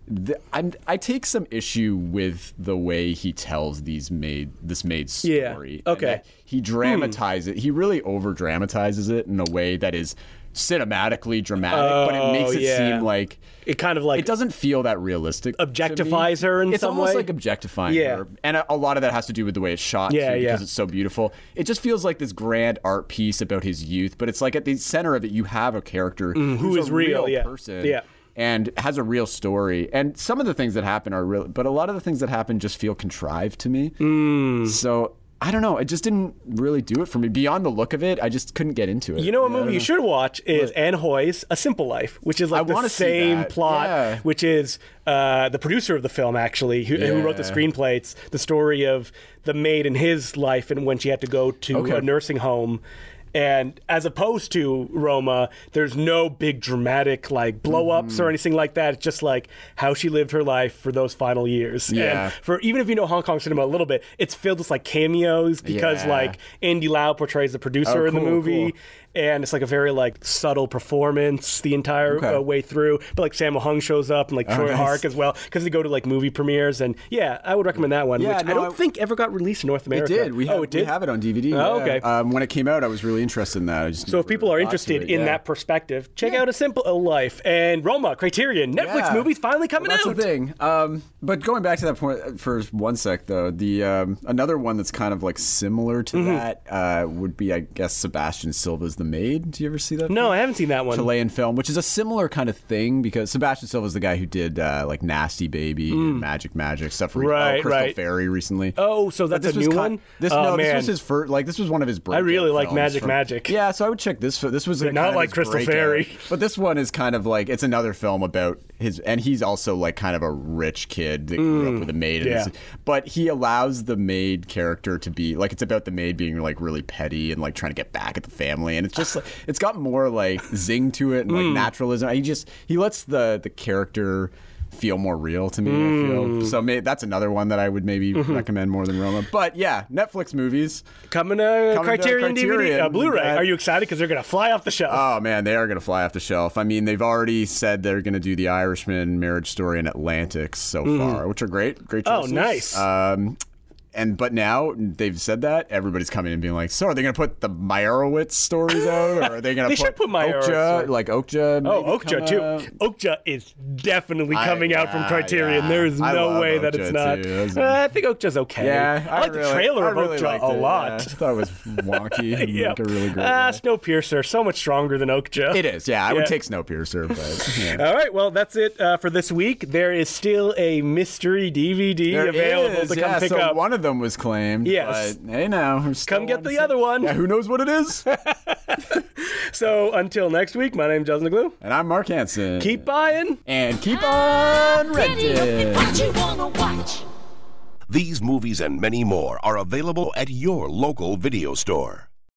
the, I'm, I take some issue with the way he tells these maid this maid's Yeah, story. and okay. that He dramatizes it. He really over dramatizes it in a way that is cinematically dramatic, but Oh, it makes it yeah. seem like It kind of like it doesn't feel that realistic. to me. Objectifies her in it's some almost way? like objectifying Yeah. her, and a, a lot of that has to do with the way it's shot. Yeah, too, because yeah. it's so beautiful. It just feels like this grand art piece about his youth, but it's like at the center of it, you have a character who's Mm, is a real, real, yeah. person. Yeah. And has a real story, and some of the things that happen are real, but a lot of the things that happen just feel contrived to me. Mm. So I don't know. It just didn't really do it for me. Beyond the look of it, I just couldn't get into it. You know a Yeah, I movie don't you should watch is Anne Hoy's A Simple Life, which is like I the wanna see same that. plot, Yeah. which is uh, the producer of the film actually, who, who wrote the Yeah. screenplay. It's the story of the maid in his life and when she had to go to Okay. a nursing home. And as opposed to Roma, there's no big dramatic like blow ups Mm-hmm. or anything like that. It's just like how she lived her life for those final years. Yeah. And for even if you know Hong Kong cinema a little bit, it's filled with like cameos because Yeah. like Andy Lau portrays the producer Oh, in the cool, movie cool. and it's like a very like subtle performance the entire Okay. Oh, uh, way through. But like Sammo Hung shows up and like Troy nice. Hark as well because they go to like movie premieres and yeah, I would recommend that one. Yeah, which I no, don't I- think ever got released in North It America. did. We have, oh, it did. We have it on DVD. Oh, yeah. okay. Um, when it came out, I was really interested in that. I just So if people are interested in that perspective, check out A Simple Life and Roma Criterion Netflix movies finally coming well, that's out. the thing. Um, but going back to that point uh, for one sec, though, the um, another one that's kind of like similar to Mm-hmm. that uh, would be, I guess, Sebastian Silva's The Maid. Do you ever see that? No, I haven't seen that one. Chilean film, which is a similar kind of thing because Sebastian Silva's the guy who did uh, like Nasty Baby, and Magic Magic stuff, re- Mm. Right, oh, Crystal right. Fairy recently. Oh, so But that's a was new ki- one. This oh, no, man. this was his first. Like this was one of his. I really breakout like films Magic from- Magic. Yeah, so I would check this. fi- This was like not kind of like his Crystal breakout. Fairy. but this one is kind of like it's another film about his, and he's also like kind of a rich kid that grew up with a maid. and yeah. is- but he allows the maid character to be like it's about the maid being like really petty and like trying to get back at the family, and it's just like it's got more like zing to it and like naturalism. He just he lets the the character. Feel more real to me. I feel. So may, that's another one that I would maybe recommend more than Roma. But yeah, Netflix movies. coming to Coming to Criterion, DVD, uh, Criterion, Blu-ray. that- Are you excited? Because they're gonna fly off the shelf. Oh man, they are going to fly off the shelf. I mean, they've already said they're going to do The Irishman, Marriage Story, and Atlantic so far, which are great, great Mm-hmm. Oh, choices. nice. Um, and but now they've said that everybody's coming and being like, so are they going to put the Meyerowitz stories out, or are they going to They put, should put Meyerowitz Okja, out. like Okja? maybe Oh, Okja come too. out? Okja is definitely I- coming out from yeah, Criterion. yeah. There is I no love way that Okja, it's not. too. It was- Uh, I think Okja's okay. Yeah, I like the really- trailer I of really Okja liked a it, yeah. I lot. thought it was wonky. and, Yeah, like a really great. Ah, Snowpiercer, so much stronger than Okja. it is. Yeah, I Yeah. would take Snowpiercer, but yeah. All right, well, that's it uh, for this week. There is still a mystery DVD There available is, to come yeah, pick so up. One of them was claimed. Yes. But, hey, now we're still Come get wanting the to- other one. Yeah, who knows what it is? So until next week, my name's Justin Glue. And I'm Mark Hansen. Keep buying. and keep on renting. What you wanna watch? These movies and many more are available at your local video store.